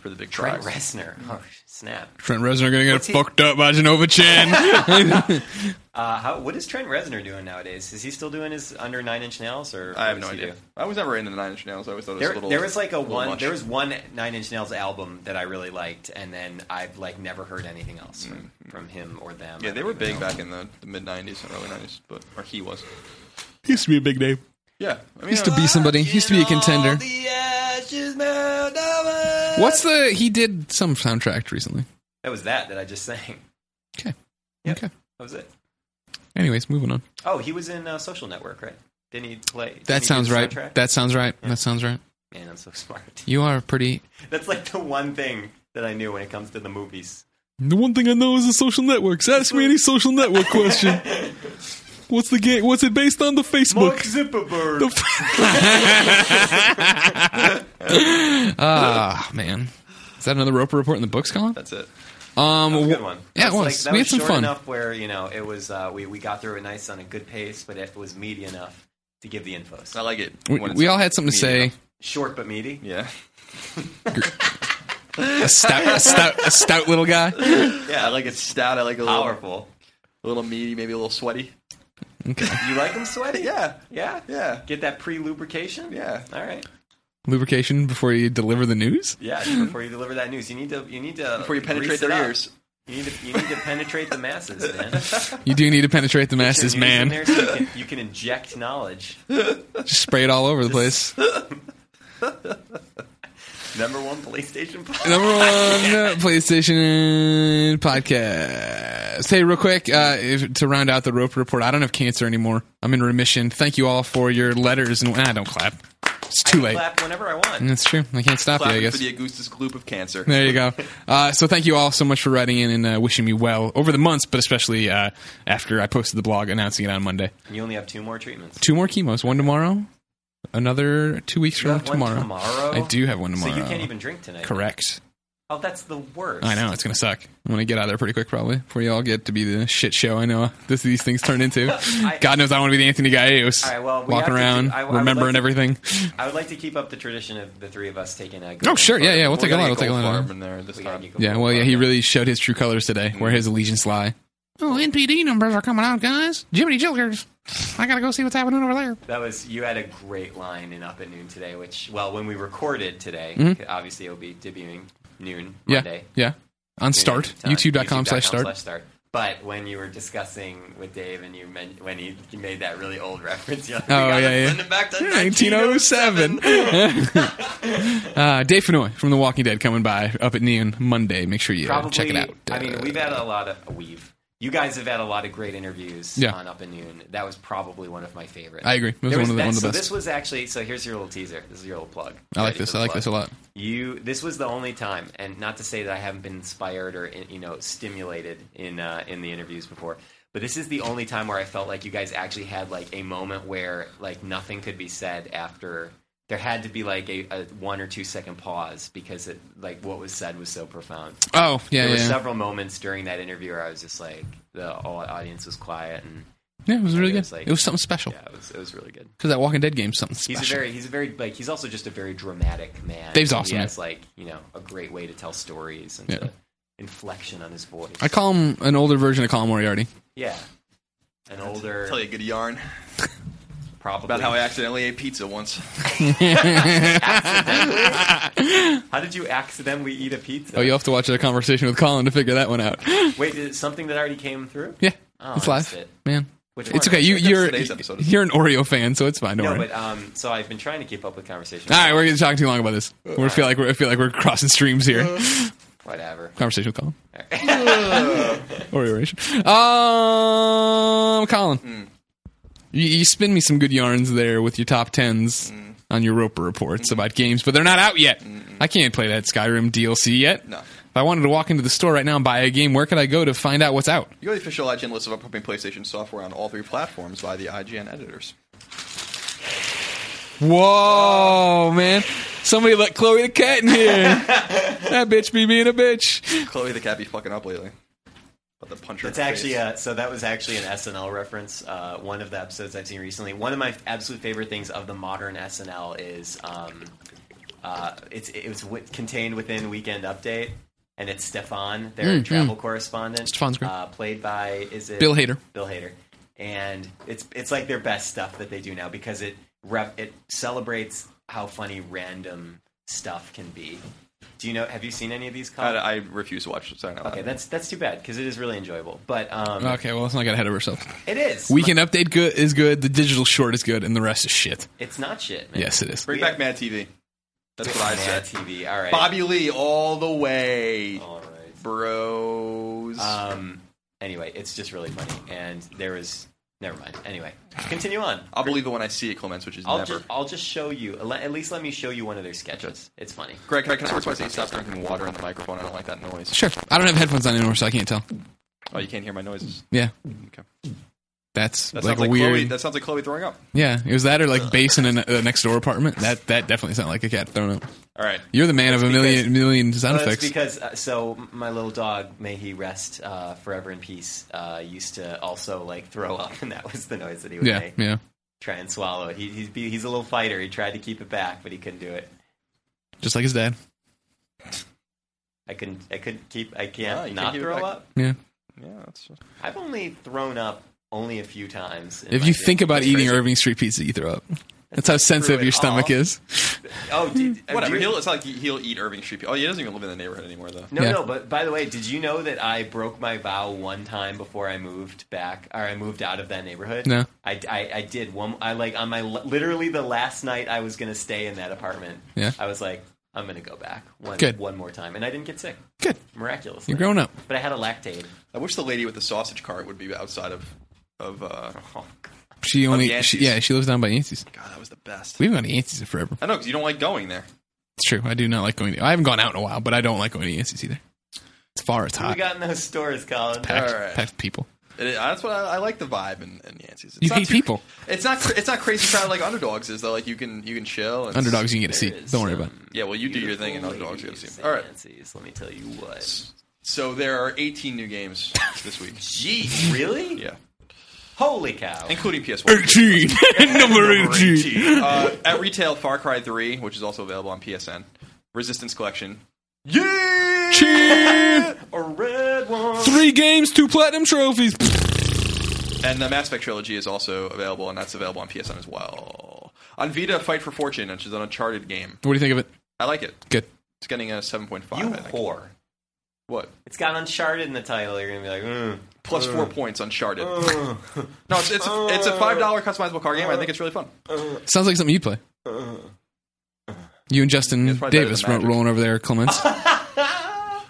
[SPEAKER 6] for the big
[SPEAKER 5] Brett
[SPEAKER 6] prize.
[SPEAKER 5] Reznor. Oh, snap.
[SPEAKER 4] Trent Reznor gonna get
[SPEAKER 5] What's he-
[SPEAKER 4] fucked up by Genova Chan.
[SPEAKER 5] Uh, how, what is Trent Reznor doing nowadays? Is he still doing his under nine inch nails? Or
[SPEAKER 6] I have
[SPEAKER 5] what
[SPEAKER 6] no
[SPEAKER 5] does he
[SPEAKER 6] idea.
[SPEAKER 5] do?
[SPEAKER 6] I was never into the Nine Inch Nails. I always thought it was a
[SPEAKER 5] There,
[SPEAKER 6] little.
[SPEAKER 5] there was like a
[SPEAKER 6] little
[SPEAKER 5] one.
[SPEAKER 6] much.
[SPEAKER 5] There was one Nine Inch Nails album that I really liked, and then I've like never heard anything else from, from him or them.
[SPEAKER 6] Mm-hmm. Yeah,
[SPEAKER 5] I
[SPEAKER 6] they
[SPEAKER 5] don't
[SPEAKER 6] were
[SPEAKER 5] even
[SPEAKER 6] big
[SPEAKER 5] know.
[SPEAKER 6] back in the, the mid '90s and early '90s, but or he was.
[SPEAKER 4] used to be a big name.
[SPEAKER 6] Yeah, I mean,
[SPEAKER 4] Used to
[SPEAKER 6] uh,
[SPEAKER 4] be somebody. Used to be a contender. What's the? He did some soundtrack recently.
[SPEAKER 5] That was that that I just sang.
[SPEAKER 4] Okay.
[SPEAKER 5] Yep.
[SPEAKER 4] Okay.
[SPEAKER 5] That was it.
[SPEAKER 4] Anyways, moving on.
[SPEAKER 5] Oh, he was in uh, Social Network, right? Didn't he play? didn't he
[SPEAKER 4] That
[SPEAKER 5] do
[SPEAKER 4] sounds
[SPEAKER 5] the
[SPEAKER 4] right.
[SPEAKER 5] soundtrack?
[SPEAKER 4] That sounds right. That sounds right.
[SPEAKER 5] Man, I'm so smart.
[SPEAKER 4] You are pretty.
[SPEAKER 5] That's like the one thing that I knew when it comes to the movies.
[SPEAKER 4] The one thing I know is the social networks. Ask me any social network question. What's the game? What's it based on? The Facebook.
[SPEAKER 5] Zuckerberg.
[SPEAKER 4] Ah, man. Is that another Roper report in the books, Colin?
[SPEAKER 6] That's it.
[SPEAKER 4] Um,
[SPEAKER 5] That was a
[SPEAKER 4] wh-
[SPEAKER 5] good one.
[SPEAKER 4] Yeah, it
[SPEAKER 5] That's,
[SPEAKER 4] was.
[SPEAKER 5] Like, that
[SPEAKER 4] we had
[SPEAKER 5] was
[SPEAKER 4] some
[SPEAKER 5] short
[SPEAKER 4] fun.
[SPEAKER 5] enough where you know it was. Uh, we we got through it nice on a good pace, but it was meaty enough to give the info.
[SPEAKER 6] I like it.
[SPEAKER 4] We,
[SPEAKER 6] when it's
[SPEAKER 4] we all had something to say.
[SPEAKER 5] Short but meaty.
[SPEAKER 6] Yeah,
[SPEAKER 4] A stout, a stout, a stout little guy.
[SPEAKER 6] yeah. I like it stout. I like it a little,
[SPEAKER 5] Powerful.
[SPEAKER 6] a little meaty, maybe a little sweaty.
[SPEAKER 5] You like them sweaty?
[SPEAKER 6] Yeah,
[SPEAKER 5] Yeah.
[SPEAKER 6] yeah,
[SPEAKER 5] Get that pre-lubrication.
[SPEAKER 6] yeah.
[SPEAKER 5] All right.
[SPEAKER 4] Lubrication before you deliver the news.
[SPEAKER 5] Yeah. Before you deliver that news, you need to you need to
[SPEAKER 6] Before you
[SPEAKER 5] grease
[SPEAKER 6] penetrate
[SPEAKER 5] it
[SPEAKER 6] their
[SPEAKER 5] up.
[SPEAKER 6] ears,
[SPEAKER 5] You need to you need to penetrate the masses, man.
[SPEAKER 4] You do need to penetrate the
[SPEAKER 5] Get your
[SPEAKER 4] masses,
[SPEAKER 5] news in
[SPEAKER 4] man.
[SPEAKER 5] there so you, can, you can inject knowledge.
[SPEAKER 4] Just spray it all over the place.
[SPEAKER 5] Number one police station.
[SPEAKER 4] Number one uh, PlayStation podcast. Hey, real quick, uh, if, to round out the Roper report, I don't have cancer anymore. I'm in remission. Thank you all for your letters. And I don't clap. It's too late.
[SPEAKER 5] Clap whenever I want.
[SPEAKER 4] That's true. I can't stop you. I
[SPEAKER 6] clapping
[SPEAKER 4] guess.
[SPEAKER 6] for the Augustus Gloop of cancer.
[SPEAKER 4] There you go. Uh, so thank you all so much for writing in and uh, wishing me well over the months, but especially uh, after I posted the blog announcing it on Monday.
[SPEAKER 5] You only have two more treatments.
[SPEAKER 4] Two more chemos, one tomorrow, another two weeks
[SPEAKER 5] You
[SPEAKER 4] from
[SPEAKER 5] have one
[SPEAKER 4] tomorrow.
[SPEAKER 5] tomorrow?
[SPEAKER 4] I do have one tomorrow.
[SPEAKER 5] So you can't even drink tonight.
[SPEAKER 4] Correct.
[SPEAKER 5] Oh, that's the worst.
[SPEAKER 4] I know it's gonna suck. I'm gonna get out of there pretty quick, probably before you all get to be the shit show. I know this these things turn into.
[SPEAKER 5] I-
[SPEAKER 4] God knows I want to be the Anthony Gallegos,
[SPEAKER 5] All right, well, we
[SPEAKER 4] walking
[SPEAKER 5] have to
[SPEAKER 4] around,
[SPEAKER 5] do- I- I would
[SPEAKER 4] remembering
[SPEAKER 5] like to-
[SPEAKER 4] everything.
[SPEAKER 5] I would like to keep up the tradition of the three of us taking a.
[SPEAKER 4] Oh sure, yeah, yeah. We'll
[SPEAKER 6] We
[SPEAKER 4] take a
[SPEAKER 6] gotta
[SPEAKER 4] lot.
[SPEAKER 6] get
[SPEAKER 4] We'll take a lot.
[SPEAKER 6] Goldfarb in there this
[SPEAKER 5] We got
[SPEAKER 6] time.
[SPEAKER 5] Nico
[SPEAKER 4] Yeah,
[SPEAKER 5] Goldfarb.
[SPEAKER 4] well, yeah, he really showed his true colors today, where his allegiance lie. Oh, NPD numbers are coming out, guys. Jiminy Jillikers. I gotta go see what's happening over there.
[SPEAKER 5] That was you had a great line in Up at Noon today, which well, when we recorded today, obviously it'll be debuting noon Monday.
[SPEAKER 4] Mm-hmm. Yeah, yeah. On
[SPEAKER 5] noon
[SPEAKER 4] Start,
[SPEAKER 5] time,
[SPEAKER 4] YouTube.com slash
[SPEAKER 5] youtube.com
[SPEAKER 4] Start.
[SPEAKER 5] But when you were discussing with Dave and you meant when he he made that really old reference, you're like,
[SPEAKER 4] Oh,
[SPEAKER 5] we gotta
[SPEAKER 4] yeah, yeah.
[SPEAKER 5] send it back to
[SPEAKER 4] 1907. uh, Dave Fenoy from The Walking Dead coming by up at noon Monday. Make sure you uh,
[SPEAKER 5] probably
[SPEAKER 4] check it out. Uh,
[SPEAKER 5] I mean, we've had a lot of we've. You guys have had a lot of great interviews
[SPEAKER 4] Yeah.
[SPEAKER 5] on Up and Noon. That was probably one of my favorites.
[SPEAKER 4] I agree. It was
[SPEAKER 5] There
[SPEAKER 4] one of the-
[SPEAKER 5] that-
[SPEAKER 4] one of the
[SPEAKER 5] so
[SPEAKER 4] best.
[SPEAKER 5] this was actually so. Here's your little teaser. This is your little plug.
[SPEAKER 4] I like
[SPEAKER 5] Ready for
[SPEAKER 4] this.
[SPEAKER 5] the
[SPEAKER 4] I like
[SPEAKER 5] plug.
[SPEAKER 4] this a lot.
[SPEAKER 5] You. This was the only time, and not to say that I haven't been inspired or you know stimulated in uh, in the interviews before, but this is the only time where I felt like you guys actually had like a moment where like nothing could be said after. There had to be like a, a one or two second pause because it, like what was said was so profound
[SPEAKER 4] Oh, yeah,
[SPEAKER 5] there
[SPEAKER 4] yeah.
[SPEAKER 5] were
[SPEAKER 4] yeah.
[SPEAKER 5] several moments during that interview where I was just like the whole audience was quiet and
[SPEAKER 4] Yeah, it was really
[SPEAKER 5] it
[SPEAKER 4] good.
[SPEAKER 5] was like-
[SPEAKER 4] it was something special.
[SPEAKER 5] yeah, it was it was really good.
[SPEAKER 4] Because that Walking Dead game's something
[SPEAKER 5] He's
[SPEAKER 4] special.
[SPEAKER 5] a very he's a very like he's also just a very dramatic man.
[SPEAKER 4] Dave's awesome,
[SPEAKER 5] He has like you know a great way to tell stories and
[SPEAKER 4] Yeah.
[SPEAKER 5] to inflection on his voice.
[SPEAKER 4] I call him an older version of Colin Moriarty.
[SPEAKER 5] yeah an older
[SPEAKER 6] Tell you a good yarn
[SPEAKER 5] probably
[SPEAKER 6] about how I accidentally ate pizza once.
[SPEAKER 5] How did you accidentally eat a pizza?
[SPEAKER 4] Oh, you'll have to watch a conversation with Colin to figure that one out.
[SPEAKER 5] Wait, is it something that already came through?
[SPEAKER 4] Yeah,
[SPEAKER 5] Oh,
[SPEAKER 4] it's
[SPEAKER 5] I missed
[SPEAKER 4] live,
[SPEAKER 5] it.
[SPEAKER 4] man.
[SPEAKER 5] Which
[SPEAKER 4] It's
[SPEAKER 5] one?
[SPEAKER 4] okay. You,
[SPEAKER 6] That's
[SPEAKER 4] you're
[SPEAKER 6] today's episode.
[SPEAKER 4] you're an Oreo fan, so it's fine. Don't
[SPEAKER 5] No,
[SPEAKER 4] worry.
[SPEAKER 5] but um, so I've been trying to keep up with conversation.
[SPEAKER 4] All right, we're gonna talk too long about this. We feel like we're I feel like we're crossing streams here.
[SPEAKER 5] Whatever.
[SPEAKER 4] Conversation with Colin. Oreo ration. Um, Colin, you, you spin me some good yarns there with your top tens on your Roper reports about games, but they're not out yet. I can't play that Skyrim DLC yet.
[SPEAKER 6] No.
[SPEAKER 4] If I wanted to walk into the store right now and buy a game, where could I go to find out what's out?
[SPEAKER 6] You're the official IGN list of upcoming PlayStation software on all three platforms by the IGN editors.
[SPEAKER 4] Whoa, man. Somebody let Chloe the cat in here. that bitch be being a bitch.
[SPEAKER 6] Chloe the cat be fucking up lately. But the puncher.
[SPEAKER 5] That's actually uh, so. That was actually an SNL reference. Uh, one of the episodes I've seen recently. One of my absolute favorite things of the modern SNL is um, Uh, it's it was wi- contained within Weekend Update, and it's Stefan, their travel correspondent.
[SPEAKER 4] Mm, Stefan's great.
[SPEAKER 5] uh, played by is it
[SPEAKER 4] Bill Hader.
[SPEAKER 5] Bill Hader, and it's it's like their best stuff that they do now because it rep, it celebrates how funny random stuff can be. Do you know? Have you seen any of these?
[SPEAKER 6] I,
[SPEAKER 5] Colin?
[SPEAKER 6] I refuse to watch Saturday Night Live.
[SPEAKER 5] okay, that's that's too bad because it is really enjoyable. But um,
[SPEAKER 4] Okay, well, let's not get ahead of ourselves.
[SPEAKER 5] it is.
[SPEAKER 4] Weekend update good is good. The digital short is good, and the rest is shit.
[SPEAKER 5] It's not shit. Man.
[SPEAKER 4] Yes, it is.
[SPEAKER 6] Bring back Mad TV. That's what I
[SPEAKER 5] Mad
[SPEAKER 6] said.
[SPEAKER 5] TV. All right.
[SPEAKER 6] Bobby Lee all the way,
[SPEAKER 5] All right.
[SPEAKER 6] bros.
[SPEAKER 5] Um. Anyway, it's just really funny, and there is. Never mind. Anyway, continue on.
[SPEAKER 6] I'll believe it when I see it, Clements, which is
[SPEAKER 5] I'll
[SPEAKER 6] never.
[SPEAKER 5] just I'll just show you. le- At least let me show you one of their sketches. It's funny.
[SPEAKER 6] Greg, can I, can I request that you stop drinking water on the microphone? I don't like that noise.
[SPEAKER 4] Sure. I don't have headphones on anymore, so I can't tell.
[SPEAKER 6] Oh, you can't hear my noises.
[SPEAKER 4] Yeah,
[SPEAKER 6] Okay.
[SPEAKER 4] that's
[SPEAKER 6] That
[SPEAKER 4] like
[SPEAKER 6] sounds
[SPEAKER 4] a
[SPEAKER 6] like
[SPEAKER 4] weird.
[SPEAKER 6] Chloe. That sounds like Chloe throwing up.
[SPEAKER 4] yeah, it was that or like bass in a, a next door apartment. That that definitely sounded like a cat thrown up.
[SPEAKER 6] All right.
[SPEAKER 4] You're the man of a million
[SPEAKER 5] because-
[SPEAKER 4] million sound
[SPEAKER 5] Well, that's
[SPEAKER 4] effects.
[SPEAKER 5] because uh, so my little dog, may he rest uh, forever in peace, uh, used to also like throw up, and that was the noise that he would
[SPEAKER 4] Yeah,
[SPEAKER 5] make.
[SPEAKER 4] yeah.
[SPEAKER 5] Try and swallow it. He, he's be- he's a little fighter. He tried to keep it back, but he couldn't do it.
[SPEAKER 4] Just like his dad.
[SPEAKER 5] I couldn't. I couldn't keep. I
[SPEAKER 6] Oh,
[SPEAKER 5] can't
[SPEAKER 6] you can't
[SPEAKER 5] not
[SPEAKER 6] keep it
[SPEAKER 5] throw
[SPEAKER 6] back.
[SPEAKER 5] up.
[SPEAKER 4] Yeah.
[SPEAKER 6] Yeah, that's.
[SPEAKER 5] I've only thrown up only a few times. in
[SPEAKER 4] If
[SPEAKER 5] my
[SPEAKER 4] you
[SPEAKER 5] career.
[SPEAKER 4] think about
[SPEAKER 5] That's
[SPEAKER 4] eating
[SPEAKER 5] crazy.
[SPEAKER 4] Irving Street pizza, you throw up. That's how sensitive
[SPEAKER 5] true
[SPEAKER 4] your
[SPEAKER 5] at
[SPEAKER 4] stomach
[SPEAKER 5] all.
[SPEAKER 4] is.
[SPEAKER 5] oh, did,
[SPEAKER 6] Hmm. Whatever.
[SPEAKER 5] you-
[SPEAKER 6] He'll, it's not like he- he'll eat Irving Street. Oh, he doesn't even live in the neighborhood anymore, though.
[SPEAKER 5] No,
[SPEAKER 4] Yeah.
[SPEAKER 5] no. But by the way, did you know that I broke my vow one time before I moved back, or I moved out of that neighborhood?
[SPEAKER 4] No.
[SPEAKER 5] I, I, I did one. I like on my literally the last night I was gonna stay in that apartment.
[SPEAKER 4] Yeah.
[SPEAKER 5] I was like, I'm gonna go back one
[SPEAKER 4] Good.
[SPEAKER 5] one more time, and I didn't get sick.
[SPEAKER 4] Good.
[SPEAKER 5] Miraculous.
[SPEAKER 4] You're growing up.
[SPEAKER 5] But I had a lactate.
[SPEAKER 6] I wish the lady with the sausage cart would be outside of. of uh,
[SPEAKER 5] Oh, God.
[SPEAKER 4] She only,
[SPEAKER 6] Yancey's.
[SPEAKER 4] she, yeah, she lives down by Yancey's.
[SPEAKER 6] God, that was the best.
[SPEAKER 4] We haven't gone to Yancey's in forever.
[SPEAKER 6] I know because you don't like going there.
[SPEAKER 4] It's true. I do not like going to. I haven't gone out in a while, but I don't like going to Yancey's either. It's far. It's
[SPEAKER 5] What
[SPEAKER 6] Ah.
[SPEAKER 5] we
[SPEAKER 4] hot.
[SPEAKER 5] got in those stores, Colin?
[SPEAKER 4] Packed,
[SPEAKER 6] All right.
[SPEAKER 4] packed with people.
[SPEAKER 6] It, that's what I, I like the vibe in, in Yancey's. It's
[SPEAKER 4] You
[SPEAKER 6] not
[SPEAKER 4] hate
[SPEAKER 6] too-
[SPEAKER 4] people.
[SPEAKER 6] It's not. cr- It's not crazy crowd like Underdogs is though. Like you can you can chill. And
[SPEAKER 4] Underdogs, you can get a
[SPEAKER 5] There
[SPEAKER 4] seat.
[SPEAKER 5] is
[SPEAKER 4] Don't worry about it.
[SPEAKER 5] some
[SPEAKER 6] Yeah, well, you do your thing, and
[SPEAKER 5] beautiful
[SPEAKER 6] Underdogs you have a
[SPEAKER 5] ladies
[SPEAKER 6] seat.
[SPEAKER 5] in
[SPEAKER 6] All right.
[SPEAKER 5] Nancy's, let me tell you what.
[SPEAKER 6] So there are 18 new games this week.
[SPEAKER 5] Gee, really?
[SPEAKER 6] Yeah,
[SPEAKER 5] Holy cow!
[SPEAKER 6] including PS1.
[SPEAKER 4] Eighteen. Number eighteen.
[SPEAKER 6] Uh, at retail, Far Cry 3, which is also available on PSN. Resistance Collection. Yeah.
[SPEAKER 4] Cheer.
[SPEAKER 5] A red one.
[SPEAKER 4] Three games, two platinum trophies.
[SPEAKER 6] And the Mass Effect trilogy is also available, and that's available on PSN as well. On Vita, Fight for Fortune, which is an Uncharted game.
[SPEAKER 4] What do you think of it?
[SPEAKER 6] I like it.
[SPEAKER 4] Good.
[SPEAKER 6] It's getting a 7.5.
[SPEAKER 5] You
[SPEAKER 6] I think.
[SPEAKER 5] whore.
[SPEAKER 6] What?
[SPEAKER 5] It's got Uncharted in the title. You're gonna be like, mm,
[SPEAKER 6] Plus four points Uncharted.
[SPEAKER 5] uh,
[SPEAKER 6] No, it's it's a, it's a five dollar customizable car game. I think it's really fun.
[SPEAKER 4] Sounds like something you'd play. You and Justin
[SPEAKER 6] It's probably better
[SPEAKER 4] Davis
[SPEAKER 6] than
[SPEAKER 4] ro-
[SPEAKER 6] Magic.
[SPEAKER 4] rolling over there, Clements.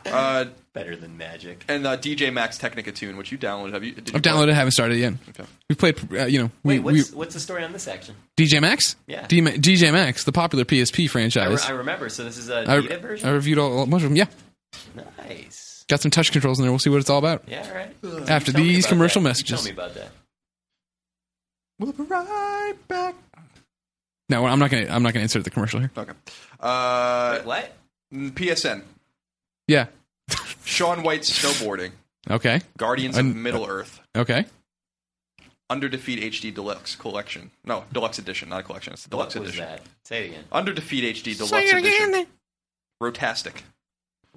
[SPEAKER 6] Uh,
[SPEAKER 5] better than Magic.
[SPEAKER 6] and uh, DJ Max Technica tune, which you downloaded. Have you? Did you
[SPEAKER 4] I've
[SPEAKER 6] play it?
[SPEAKER 4] downloaded, it, haven't started it yet.
[SPEAKER 6] Okay.
[SPEAKER 4] We played, uh, you know, we,
[SPEAKER 5] Wait, what's, what's the story on this action?
[SPEAKER 4] we DJ Max.
[SPEAKER 5] Yeah.
[SPEAKER 4] D- DJ Max, the popular PSP
[SPEAKER 5] I, re-
[SPEAKER 4] franchise.
[SPEAKER 5] I remember. So this is a
[SPEAKER 4] I,
[SPEAKER 5] Vita
[SPEAKER 4] I
[SPEAKER 5] version.
[SPEAKER 4] reviewed all most of them. Yeah,
[SPEAKER 5] nice.
[SPEAKER 4] got some touch controls in there. We'll see what it's all about.
[SPEAKER 5] Yeah, all right. You
[SPEAKER 4] After
[SPEAKER 5] tell me
[SPEAKER 4] these
[SPEAKER 5] about
[SPEAKER 4] commercial
[SPEAKER 5] that. You
[SPEAKER 4] messages.
[SPEAKER 5] tell me about that.
[SPEAKER 6] We'll be right back.
[SPEAKER 4] No, I'm not gonna. I'm not gonna insert the commercial here.
[SPEAKER 6] Okay. Uh,
[SPEAKER 5] Wait, what?
[SPEAKER 6] mm, PSN.
[SPEAKER 4] Yeah.
[SPEAKER 6] Sean White's snowboarding.
[SPEAKER 4] Okay.
[SPEAKER 6] Guardians of
[SPEAKER 4] Un-
[SPEAKER 6] Middle Earth.
[SPEAKER 4] Okay.
[SPEAKER 6] Under Defeat HD Deluxe Collection. No, Deluxe Edition, not a collection. It's the Deluxe
[SPEAKER 5] What was
[SPEAKER 6] Edition.
[SPEAKER 5] that? Say it again.
[SPEAKER 6] Under Defeat HD Deluxe Edition. Rotastic.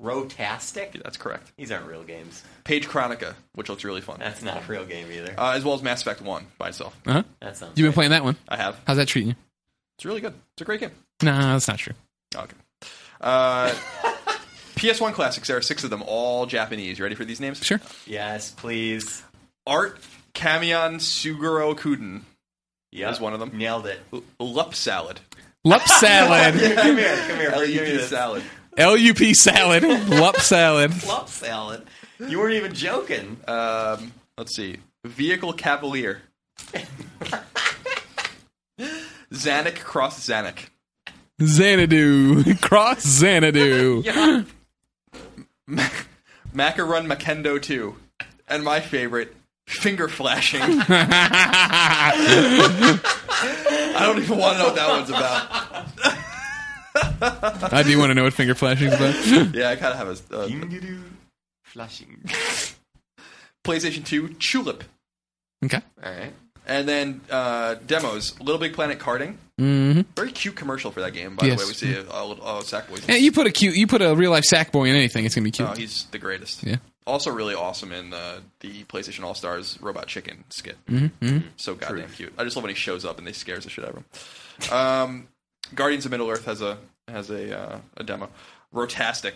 [SPEAKER 5] Rotastic.
[SPEAKER 6] Yeah, that's correct.
[SPEAKER 5] These aren't real games.
[SPEAKER 6] Page Chronica, which looks really fun.
[SPEAKER 5] That's not a real game either.
[SPEAKER 6] Uh, as well as Mass Effect 1 by itself.
[SPEAKER 4] Uh huh.
[SPEAKER 5] That sounds.
[SPEAKER 4] You've been playing that one.
[SPEAKER 6] I have.
[SPEAKER 4] How's that treating you?
[SPEAKER 6] It's really good. It's a great game. Oh,
[SPEAKER 4] Nah, that's not true.
[SPEAKER 6] Okay. Uh, PS1 classics. There are six of them, all Japanese. You ready for these names?
[SPEAKER 4] Sure.
[SPEAKER 5] Yes, please.
[SPEAKER 6] Art Kamion Suguro Kuden.
[SPEAKER 5] Yeah,
[SPEAKER 6] There's one of them.
[SPEAKER 5] Nailed it.
[SPEAKER 6] L- Lup Salad.
[SPEAKER 4] Lup salad.
[SPEAKER 5] Come here, come here.
[SPEAKER 6] L U
[SPEAKER 5] give me
[SPEAKER 6] P
[SPEAKER 5] this.
[SPEAKER 6] Salad.
[SPEAKER 4] Lup salad. Lup salad.
[SPEAKER 5] Club salad. You weren't even joking.
[SPEAKER 6] Um, let's see. Vehicle Cavalier. Zanuck Cross Zanuck.
[SPEAKER 4] Xanadu. Cross Xanadu.
[SPEAKER 6] Macarun Makendo 2. And my favorite, Finger Flashing. I don't even want to know what that one's about.
[SPEAKER 4] I do want to know what finger flashing is about.
[SPEAKER 6] Yeah, I kind of have a. Uh,
[SPEAKER 5] Flushing.
[SPEAKER 6] PlayStation 2, Tulip.
[SPEAKER 4] okay.
[SPEAKER 5] All right.
[SPEAKER 6] And then uh, demos, Little Big Planet karting. Mm-hmm. Very cute commercial for that game, by
[SPEAKER 4] Yes.
[SPEAKER 6] the way. We see a, a, a Sackboy.
[SPEAKER 4] Yeah, you put a cute, you put a real life sack boy in anything, it's gonna be cute.
[SPEAKER 6] Oh, he's the greatest.
[SPEAKER 4] Yeah.
[SPEAKER 6] Also, really awesome in the the PlayStation All Stars Robot Chicken skit.
[SPEAKER 4] Mm-hmm.
[SPEAKER 6] So goddamn cute. I just love when he shows up and they scares the shit out of him. Um, Guardians of Middle Earth has a has a uh, a demo. Rotastic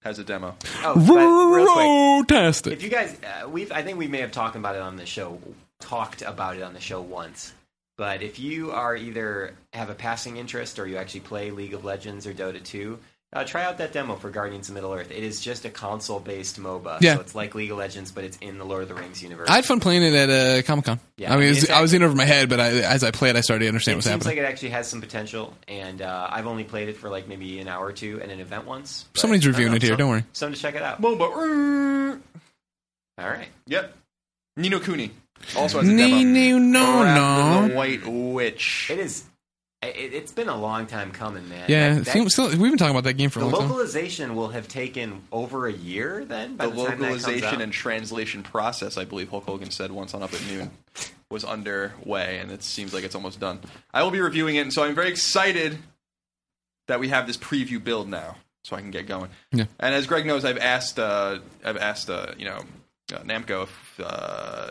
[SPEAKER 6] has a demo.
[SPEAKER 5] Oh, but real quick,
[SPEAKER 4] Rotastic.
[SPEAKER 5] If you guys, uh, we've I think we may have talked about it on the show, talked about it on the show once. But if you are either have a passing interest or you actually play League of Legends or Dota 2, uh, try out that demo for Guardians of Middle Earth. It is just a console-based MOBA,
[SPEAKER 4] Yeah.
[SPEAKER 5] so it's like League of Legends, but it's in the Lord of the Rings universe.
[SPEAKER 4] I had fun playing it at uh, Comic Con.
[SPEAKER 5] Yeah,
[SPEAKER 4] I mean, it
[SPEAKER 5] in
[SPEAKER 4] was,
[SPEAKER 5] fact-
[SPEAKER 4] I was in over my head, but I, as I played, I started to understand
[SPEAKER 5] it
[SPEAKER 4] what's
[SPEAKER 5] seems
[SPEAKER 4] happening.
[SPEAKER 5] like it actually has some potential, and uh, I've only played it for like maybe an hour or two at an event once. but
[SPEAKER 4] Somebody's
[SPEAKER 5] I don't
[SPEAKER 4] reviewing
[SPEAKER 5] know,
[SPEAKER 4] it here,
[SPEAKER 5] some-
[SPEAKER 4] don't worry.
[SPEAKER 5] Some to check it out.
[SPEAKER 6] MOBA.
[SPEAKER 5] All right.
[SPEAKER 6] Yep. Nino Cooney also has a demo.
[SPEAKER 4] Nino, no,
[SPEAKER 6] Wrath of
[SPEAKER 4] no.
[SPEAKER 6] the White Witch.
[SPEAKER 5] It is. It, it's been a long time coming, man.
[SPEAKER 4] Yeah,
[SPEAKER 5] That- that-
[SPEAKER 4] seems- still, we've been talking about that game for a
[SPEAKER 5] the
[SPEAKER 4] long time.
[SPEAKER 5] localization will have taken over a year. Then by
[SPEAKER 6] the
[SPEAKER 5] the, time that comes
[SPEAKER 6] localization
[SPEAKER 5] out.
[SPEAKER 6] and translation process, I believe Hulk Hogan said once on Up at Noon, was underway, and it seems like it's almost done. I will be reviewing it, and so I'm very excited that we have this preview build now, so I can get going.
[SPEAKER 4] Yeah.
[SPEAKER 6] And as Greg knows, I've asked, uh, I've asked, uh, you know, uh, Namco if uh,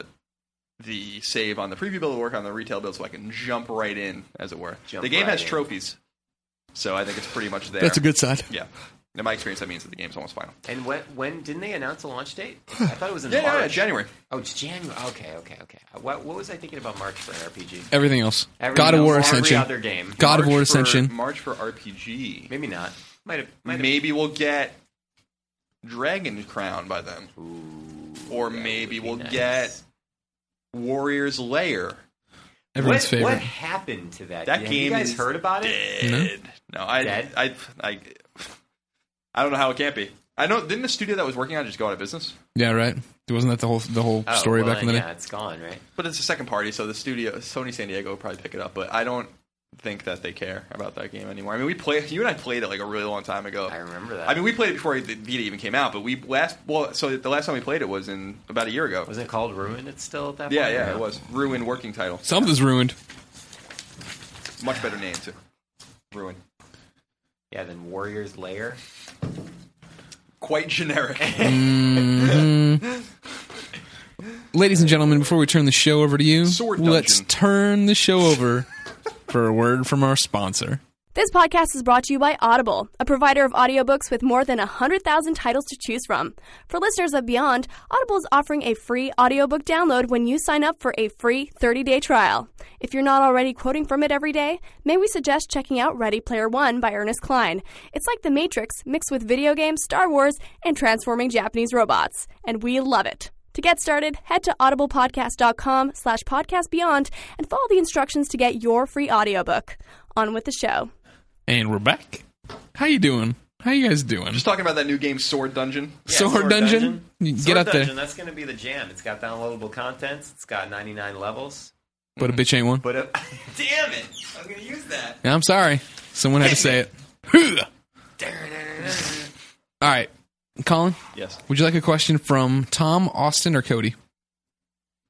[SPEAKER 6] the save on the preview build will work on the retail build, so I can jump right in, as it were.
[SPEAKER 5] Jump
[SPEAKER 6] the game
[SPEAKER 5] right
[SPEAKER 6] has
[SPEAKER 5] in.
[SPEAKER 6] trophies, so I think it's pretty much there.
[SPEAKER 4] That's a good side.
[SPEAKER 6] Yeah. In my experience, that means that the game's almost final.
[SPEAKER 5] And when, when didn't they announce a launch date? I thought it was in
[SPEAKER 6] Yeah, yeah,
[SPEAKER 5] March.
[SPEAKER 6] yeah, January.
[SPEAKER 5] Oh, it's January. Okay, okay, okay. What, what was I thinking about March for an RPG?
[SPEAKER 4] Everything else.
[SPEAKER 5] Every-
[SPEAKER 4] God of
[SPEAKER 5] no,
[SPEAKER 4] War
[SPEAKER 5] every
[SPEAKER 4] Ascension.
[SPEAKER 5] other game.
[SPEAKER 4] God of
[SPEAKER 6] March
[SPEAKER 4] War
[SPEAKER 6] for-
[SPEAKER 4] Ascension.
[SPEAKER 6] March for RPG.
[SPEAKER 5] Maybe not. Might have. Might have.
[SPEAKER 6] Maybe we'll get Dragon Crown by then. or maybe we'll
[SPEAKER 5] nice.
[SPEAKER 6] get Warrior's Lair.
[SPEAKER 4] Everyone's
[SPEAKER 5] what, What
[SPEAKER 4] favorite.
[SPEAKER 5] happened to that?
[SPEAKER 6] That
[SPEAKER 5] Have
[SPEAKER 6] game
[SPEAKER 5] You guys
[SPEAKER 6] is
[SPEAKER 5] heard about it?
[SPEAKER 6] Dead. No, I,
[SPEAKER 5] Dead?
[SPEAKER 6] I, I, I don't know how it can't be. I know. Didn't the studio that was working on it just go out of business?
[SPEAKER 4] Yeah, right. Wasn't that the whole the whole
[SPEAKER 5] Oh,
[SPEAKER 4] story
[SPEAKER 5] well,
[SPEAKER 4] back in the day?
[SPEAKER 5] yeah, it's gone, right?
[SPEAKER 6] But it's a second party, so the studio, Sony San Diego, will probably pick it up. But I don't think that they care about that game anymore. I mean, we play. You and I played it like a really long time ago.
[SPEAKER 5] I remember that.
[SPEAKER 6] I mean, we played it before the Vita even came out, but we last well, so the last time we played it was in about a year ago.
[SPEAKER 5] Wasn't it called Ruin? It's still at that
[SPEAKER 6] Yeah,
[SPEAKER 5] point?
[SPEAKER 6] yeah,
[SPEAKER 5] or-
[SPEAKER 6] it was Ruin working title.
[SPEAKER 4] Something's ruined.
[SPEAKER 6] Much better name too. Ruin.
[SPEAKER 5] Yeah, then Warrior's Lair.
[SPEAKER 6] Quite generic.
[SPEAKER 4] Ladies and gentlemen, before we turn the show over to you,
[SPEAKER 6] Sword
[SPEAKER 4] let's
[SPEAKER 6] Dungeon.
[SPEAKER 4] turn the show over for a word from our sponsor.
[SPEAKER 2] This podcast is brought to you by Audible, a provider of audiobooks with more than 100,000 titles to choose from. For listeners of Beyond, Audible is offering a free audiobook download when you sign up for a free 30-day trial. If you're not already quoting from it every day, may we suggest checking out Ready Player One by Ernest Klein. It's like The Matrix mixed with video games, Star Wars, and transforming Japanese robots, and we love it. To get started, head to audiblepodcast.com slash podcastbeyond and follow the instructions to get your free audiobook. On with the show.
[SPEAKER 4] And we're back. How you doing? How you guys doing?
[SPEAKER 6] Just talking about that new game, Sword Dungeon.
[SPEAKER 5] Yeah,
[SPEAKER 4] Sword,
[SPEAKER 5] Sword
[SPEAKER 4] Dungeon?
[SPEAKER 5] Dungeon.
[SPEAKER 4] You
[SPEAKER 5] Sword
[SPEAKER 4] get out
[SPEAKER 5] Dungeon,
[SPEAKER 4] there.
[SPEAKER 5] That's going to be the jam. It's got downloadable contents. It's got 99 levels.
[SPEAKER 4] But a bitch ain't one.
[SPEAKER 5] But it, damn it, I was going to use that.
[SPEAKER 4] Yeah, I'm sorry. Someone had to say it. Huh. All right. Colin,
[SPEAKER 6] Yes,
[SPEAKER 4] would you like a question from Tom, Austin, or Cody?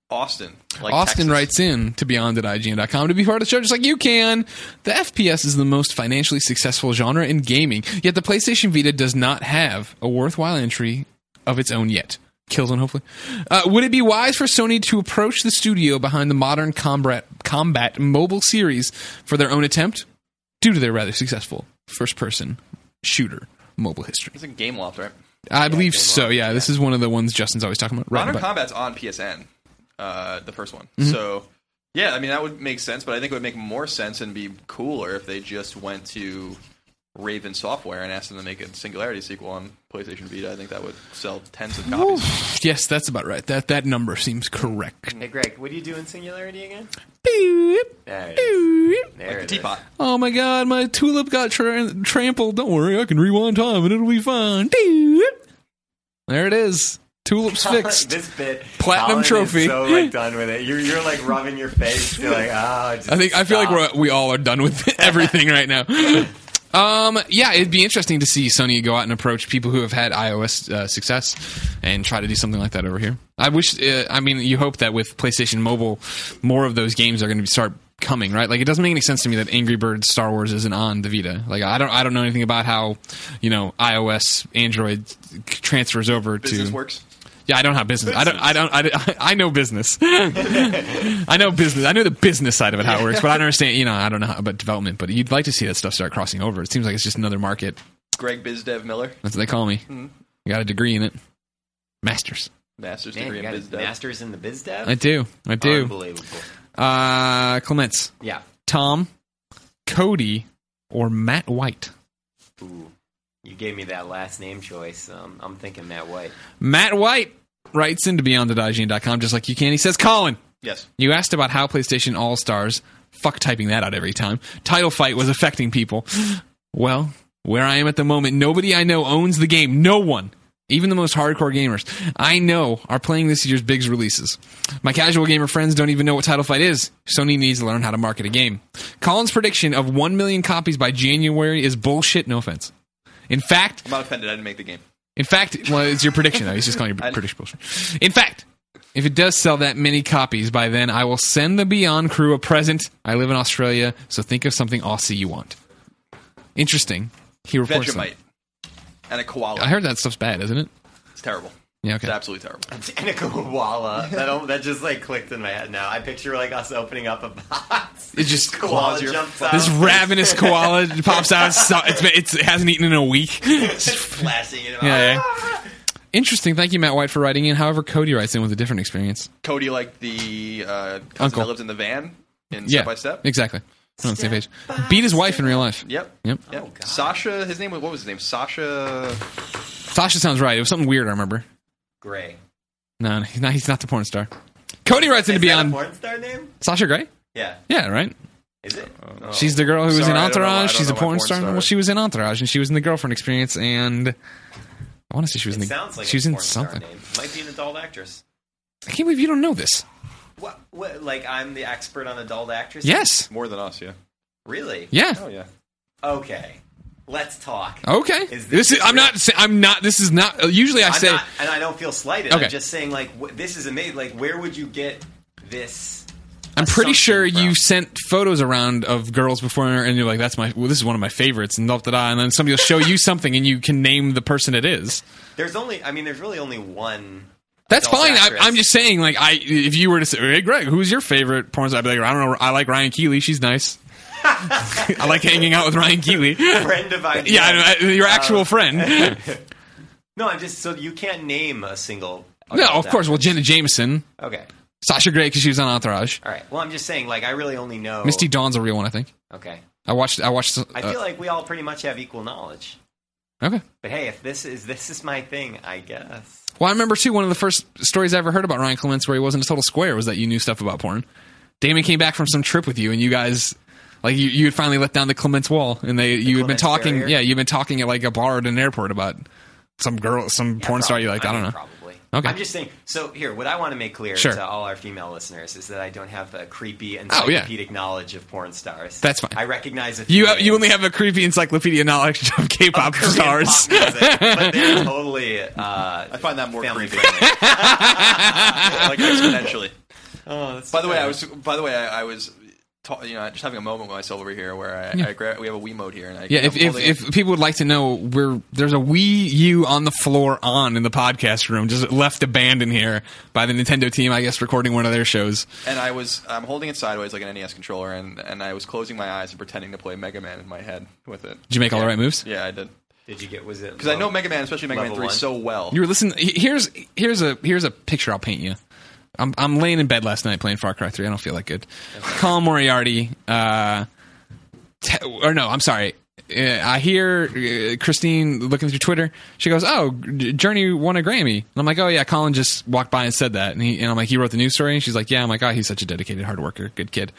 [SPEAKER 6] Austin. Like
[SPEAKER 4] Austin
[SPEAKER 6] Texas.
[SPEAKER 4] writes in to beyond at IGN.com to be part of the show just like you can. The FPS is the most financially successful genre in gaming, yet the PlayStation Vita does not have a worthwhile entry of its own yet. Kills on, hopefully. Uh, would it be wise for Sony to approach the studio behind the modern combat, combat mobile series for their own attempt due to their rather successful first person shooter mobile history?
[SPEAKER 6] It's in Game Loft, right?
[SPEAKER 4] I believe so, yeah, This is one of the ones Justin's always talking about. Right, Mm-hmm.
[SPEAKER 6] Modern
[SPEAKER 4] about-
[SPEAKER 6] Combat's on PSN, uh, the first one. So, yeah, I mean that would make sense, but I think it would make more sense and be cooler if they just went to Raven Software and asked them to make a Singularity sequel on PlayStation Vita. I think that would sell tens of copies.
[SPEAKER 4] yes, that's about right. That, that number seems correct.
[SPEAKER 5] Hey, Greg, what do you do in Singularity again?
[SPEAKER 4] Beep.
[SPEAKER 5] There it is.
[SPEAKER 4] Beep.
[SPEAKER 5] There it
[SPEAKER 6] The
[SPEAKER 5] is.
[SPEAKER 6] teapot.
[SPEAKER 4] Oh my god, my tulip got tra- trampled. Don't worry, I can rewind time and it'll be fine. Beep. There it is. Tulip's fixed.
[SPEAKER 5] this bit,
[SPEAKER 4] Platinum
[SPEAKER 5] Colin is
[SPEAKER 4] trophy.
[SPEAKER 5] so like done with it. You're, you're like rubbing your face. You're like, ah.
[SPEAKER 4] I think I feel like
[SPEAKER 5] stop.
[SPEAKER 4] we're, we all are done with everything right now. Um, yeah, it'd be interesting to see Sony go out and approach people who have had iOS uh, success and try to do something like that over here. I wish. Uh, I mean, you hope that with PlayStation Mobile, more of those games are going to start coming, right? Like, it doesn't make any sense to me that Angry Birds Star Wars isn't on the Vita. Like, I don't. I don't know anything about how you know iOS Android transfers over
[SPEAKER 6] Business
[SPEAKER 4] to
[SPEAKER 6] works.
[SPEAKER 4] yeah, I don't have business. I don't. I don't. I, don't- I know business. I know business. I know the business side of it how it works, but I don't understand. You know, I don't know how- about development, but you'd like to see that stuff start crossing over. It seems like it's just another market.
[SPEAKER 6] Greg BizDev Miller,
[SPEAKER 4] That's what they call me. I got a degree in it, masters.
[SPEAKER 6] master's
[SPEAKER 5] Man,
[SPEAKER 6] degree
[SPEAKER 5] you
[SPEAKER 6] in
[SPEAKER 5] got
[SPEAKER 6] BizDev.
[SPEAKER 5] a master's in the biz dev.
[SPEAKER 4] I do. I do.
[SPEAKER 5] Unbelievable.
[SPEAKER 4] Uh, Clements,
[SPEAKER 5] Yeah.
[SPEAKER 4] Tom, Cody, or Matt White.
[SPEAKER 5] Ooh. You gave me that last name choice. Um, I'm thinking Matt White.
[SPEAKER 4] Matt White writes into beyondthedijing.com just like you can. He says, Colin.
[SPEAKER 6] Yes.
[SPEAKER 4] You asked about how PlayStation All Stars, fuck typing that out every time, title fight was affecting people. Well, where I am at the moment, nobody I know owns the game. No one. Even the most hardcore gamers I know are playing this year's bigs releases. My casual gamer friends don't even know what Title Fight is. Sony needs to learn how to market a game. Colin's prediction of 1 million copies by January is bullshit, no offense. In fact,
[SPEAKER 6] I'm not offended. I didn't make the game.
[SPEAKER 4] in fact, well, it's your prediction though. He's just calling your prediction bullshit. In fact, if it does sell that many copies by then, I will send the Beyond crew a present. I live in Australia, so think of something Aussie you want. Interesting. He reports. them.
[SPEAKER 6] Vegemite and a koala.
[SPEAKER 4] I heard that stuff's bad, isn't it?
[SPEAKER 6] it's terrible.
[SPEAKER 4] Yeah. Okay.
[SPEAKER 6] It's absolutely terrible.
[SPEAKER 5] And a koala. That, al- that just like clicked in my head now. I picture like us opening up a box.
[SPEAKER 4] It just
[SPEAKER 5] Koala
[SPEAKER 6] claws your
[SPEAKER 5] jumps
[SPEAKER 6] fucking-
[SPEAKER 5] out.
[SPEAKER 4] This ravenous koala pops out. So, it's, been- it's, it hasn't eaten in a week.
[SPEAKER 5] flashing in
[SPEAKER 4] Yeah, Interesting. Thank you, Matt White, for writing in. However, Cody writes in with a different experience.
[SPEAKER 6] Cody, like the uh, cousin
[SPEAKER 4] Uncle.
[SPEAKER 6] that lives in the van in
[SPEAKER 4] yeah.
[SPEAKER 6] Step by Step.
[SPEAKER 4] Exactly. We're on the same page. Beat his wife in real life.
[SPEAKER 6] Yep.
[SPEAKER 4] Yep.
[SPEAKER 5] Oh,
[SPEAKER 6] Yep. Sasha, his name was what was his name? Sasha.
[SPEAKER 4] Sasha sounds right. It was something weird. I remember.
[SPEAKER 5] Gray.
[SPEAKER 4] No, no, he's not. He's not the porn star. Cody writes in to
[SPEAKER 5] Is that a
[SPEAKER 4] Beyond.
[SPEAKER 5] porn star name?
[SPEAKER 4] Sasha Gray.
[SPEAKER 5] Yeah. Oh.
[SPEAKER 4] Yeah, right.
[SPEAKER 5] Is it?
[SPEAKER 4] She's the girl who was
[SPEAKER 6] Sorry,
[SPEAKER 4] in
[SPEAKER 6] I don't know why- I
[SPEAKER 4] Entourage.
[SPEAKER 6] don't
[SPEAKER 4] She's a
[SPEAKER 6] know my
[SPEAKER 4] porn,
[SPEAKER 6] porn
[SPEAKER 4] star.
[SPEAKER 6] star.
[SPEAKER 4] Well, she was in Entourage, and she was in the Girlfriend Experience, and I want to say she was in
[SPEAKER 5] It
[SPEAKER 4] the.
[SPEAKER 5] sounds like
[SPEAKER 4] she
[SPEAKER 5] a
[SPEAKER 4] was in
[SPEAKER 5] porn star
[SPEAKER 4] something.
[SPEAKER 5] name. Might be an adult actress.
[SPEAKER 4] I can't believe you don't know this.
[SPEAKER 5] What, what? Like I'm the expert on adult actresses.
[SPEAKER 4] Yes.
[SPEAKER 6] More than us, yeah.
[SPEAKER 5] Really?
[SPEAKER 4] Yeah.
[SPEAKER 6] Oh yeah.
[SPEAKER 5] Okay. Let's talk.
[SPEAKER 4] Okay.
[SPEAKER 5] Is
[SPEAKER 4] this,
[SPEAKER 5] this
[SPEAKER 4] is. I'm
[SPEAKER 5] real?
[SPEAKER 4] not. sa- I'm not. This is not. uh, Usually, I
[SPEAKER 5] I'm
[SPEAKER 4] say.
[SPEAKER 5] not, and I don't feel slighted.
[SPEAKER 4] Okay.
[SPEAKER 5] I'm just saying, like, wh- this is amazing. Like, where would you get this?
[SPEAKER 4] I'm pretty
[SPEAKER 5] assumption
[SPEAKER 4] sure you
[SPEAKER 5] from?
[SPEAKER 4] sent photos around of girls before, and you're like, "That's my. Well, this is one of my favorites," and da da da. And then somebody will show you something, and you can name the person it is.
[SPEAKER 5] There's only, I mean, there's really only one.
[SPEAKER 4] That's
[SPEAKER 5] adult
[SPEAKER 4] fine. I,
[SPEAKER 5] actress.
[SPEAKER 4] I'm just saying, like, I if you were to say, "Hey, Greg, who's your favorite porn star?" I'd be like, "I don't know. I like Ryan Keeley. She's nice. I like hanging out with Ryan Keeley. yeah,
[SPEAKER 5] friend of mine.
[SPEAKER 4] I know, your actual
[SPEAKER 5] Uh,
[SPEAKER 4] friend.
[SPEAKER 5] No, I'm just so you can't name a single.
[SPEAKER 4] no,
[SPEAKER 5] adult
[SPEAKER 4] of course. Well, Jenna Jameson,
[SPEAKER 5] actor. Okay.
[SPEAKER 4] Sasha Grey, because she was on Entourage.
[SPEAKER 5] All right. Well, I'm just saying, like, I really only know
[SPEAKER 4] Misty Dawn's a real one, I think.
[SPEAKER 5] Okay.
[SPEAKER 4] I watched. I watched. Uh,
[SPEAKER 5] Oh. I feel like we all pretty much have equal knowledge.
[SPEAKER 4] okay.
[SPEAKER 5] But hey, if this is this is my thing, I guess.
[SPEAKER 4] Well, I remember too. One of the first stories I ever heard about Ryan Clements, where he wasn't a total square, was that you knew stuff about porn. Damon came back from some trip with you, and you guys, like, you, you had finally let down the Clements wall, and they you had been
[SPEAKER 5] Clements
[SPEAKER 4] talking.
[SPEAKER 5] barrier?
[SPEAKER 4] Yeah, you've been talking at like a bar at an airport about some girl, some porn star. You like, I, don't know.
[SPEAKER 5] Probably.
[SPEAKER 4] Okay.
[SPEAKER 5] I'm just saying. So here, what I want to make clear
[SPEAKER 4] Sure.
[SPEAKER 5] to all our female listeners is that I don't have a creepy
[SPEAKER 4] Oh, yeah.
[SPEAKER 5] encyclopedic knowledge of porn stars.
[SPEAKER 4] That's fine.
[SPEAKER 5] I recognize a few
[SPEAKER 4] You
[SPEAKER 5] names
[SPEAKER 4] you only have a creepy encyclopedia knowledge of K-pop
[SPEAKER 5] of Korean pop
[SPEAKER 4] stars.
[SPEAKER 5] music, but they're totally. Uh,
[SPEAKER 6] I find that more
[SPEAKER 5] family
[SPEAKER 6] creepy.
[SPEAKER 5] friendly.
[SPEAKER 6] like exponentially.
[SPEAKER 5] Oh, that's
[SPEAKER 6] By the way,
[SPEAKER 5] bad.
[SPEAKER 6] I was. By the way, I, I was. Ta- you know, just having a moment with myself over here where I,
[SPEAKER 4] Yeah.
[SPEAKER 6] I gra- we have a Wiimote here and I
[SPEAKER 4] Yeah, if,
[SPEAKER 6] I'm
[SPEAKER 4] if,
[SPEAKER 6] holding it.
[SPEAKER 4] if people would like to know, we're there's a Wii U on the floor on in the podcast room, just left abandoned here by the Nintendo team, I guess, recording one of their shows.
[SPEAKER 6] and I was I'm holding it sideways like an NES controller and and I was closing my eyes and pretending to play Mega Man in my head with it.
[SPEAKER 4] Did you make all the right moves?
[SPEAKER 6] Yeah, I did
[SPEAKER 5] Did you get? Was it?
[SPEAKER 6] because I know Mega Man, especially Mega Man
[SPEAKER 5] Level
[SPEAKER 6] Three,
[SPEAKER 5] one.
[SPEAKER 6] so well.
[SPEAKER 4] You were listening. he- Here's here's a here's a picture I'll paint you. I'm I'm laying in bed last night playing Far Cry Three. I don't feel that good. Colin Moriarty, uh, te- or no, I'm sorry. Uh, I hear uh, Christine looking through Twitter. She goes, "Oh, J- Journey won a Grammy," and I'm like, "Oh yeah." Colin just walked by and said that, and, he, and I'm like, "He wrote the news story." And she's like, "Yeah." I'm like, "Oh, he's such a dedicated hard worker, good kid."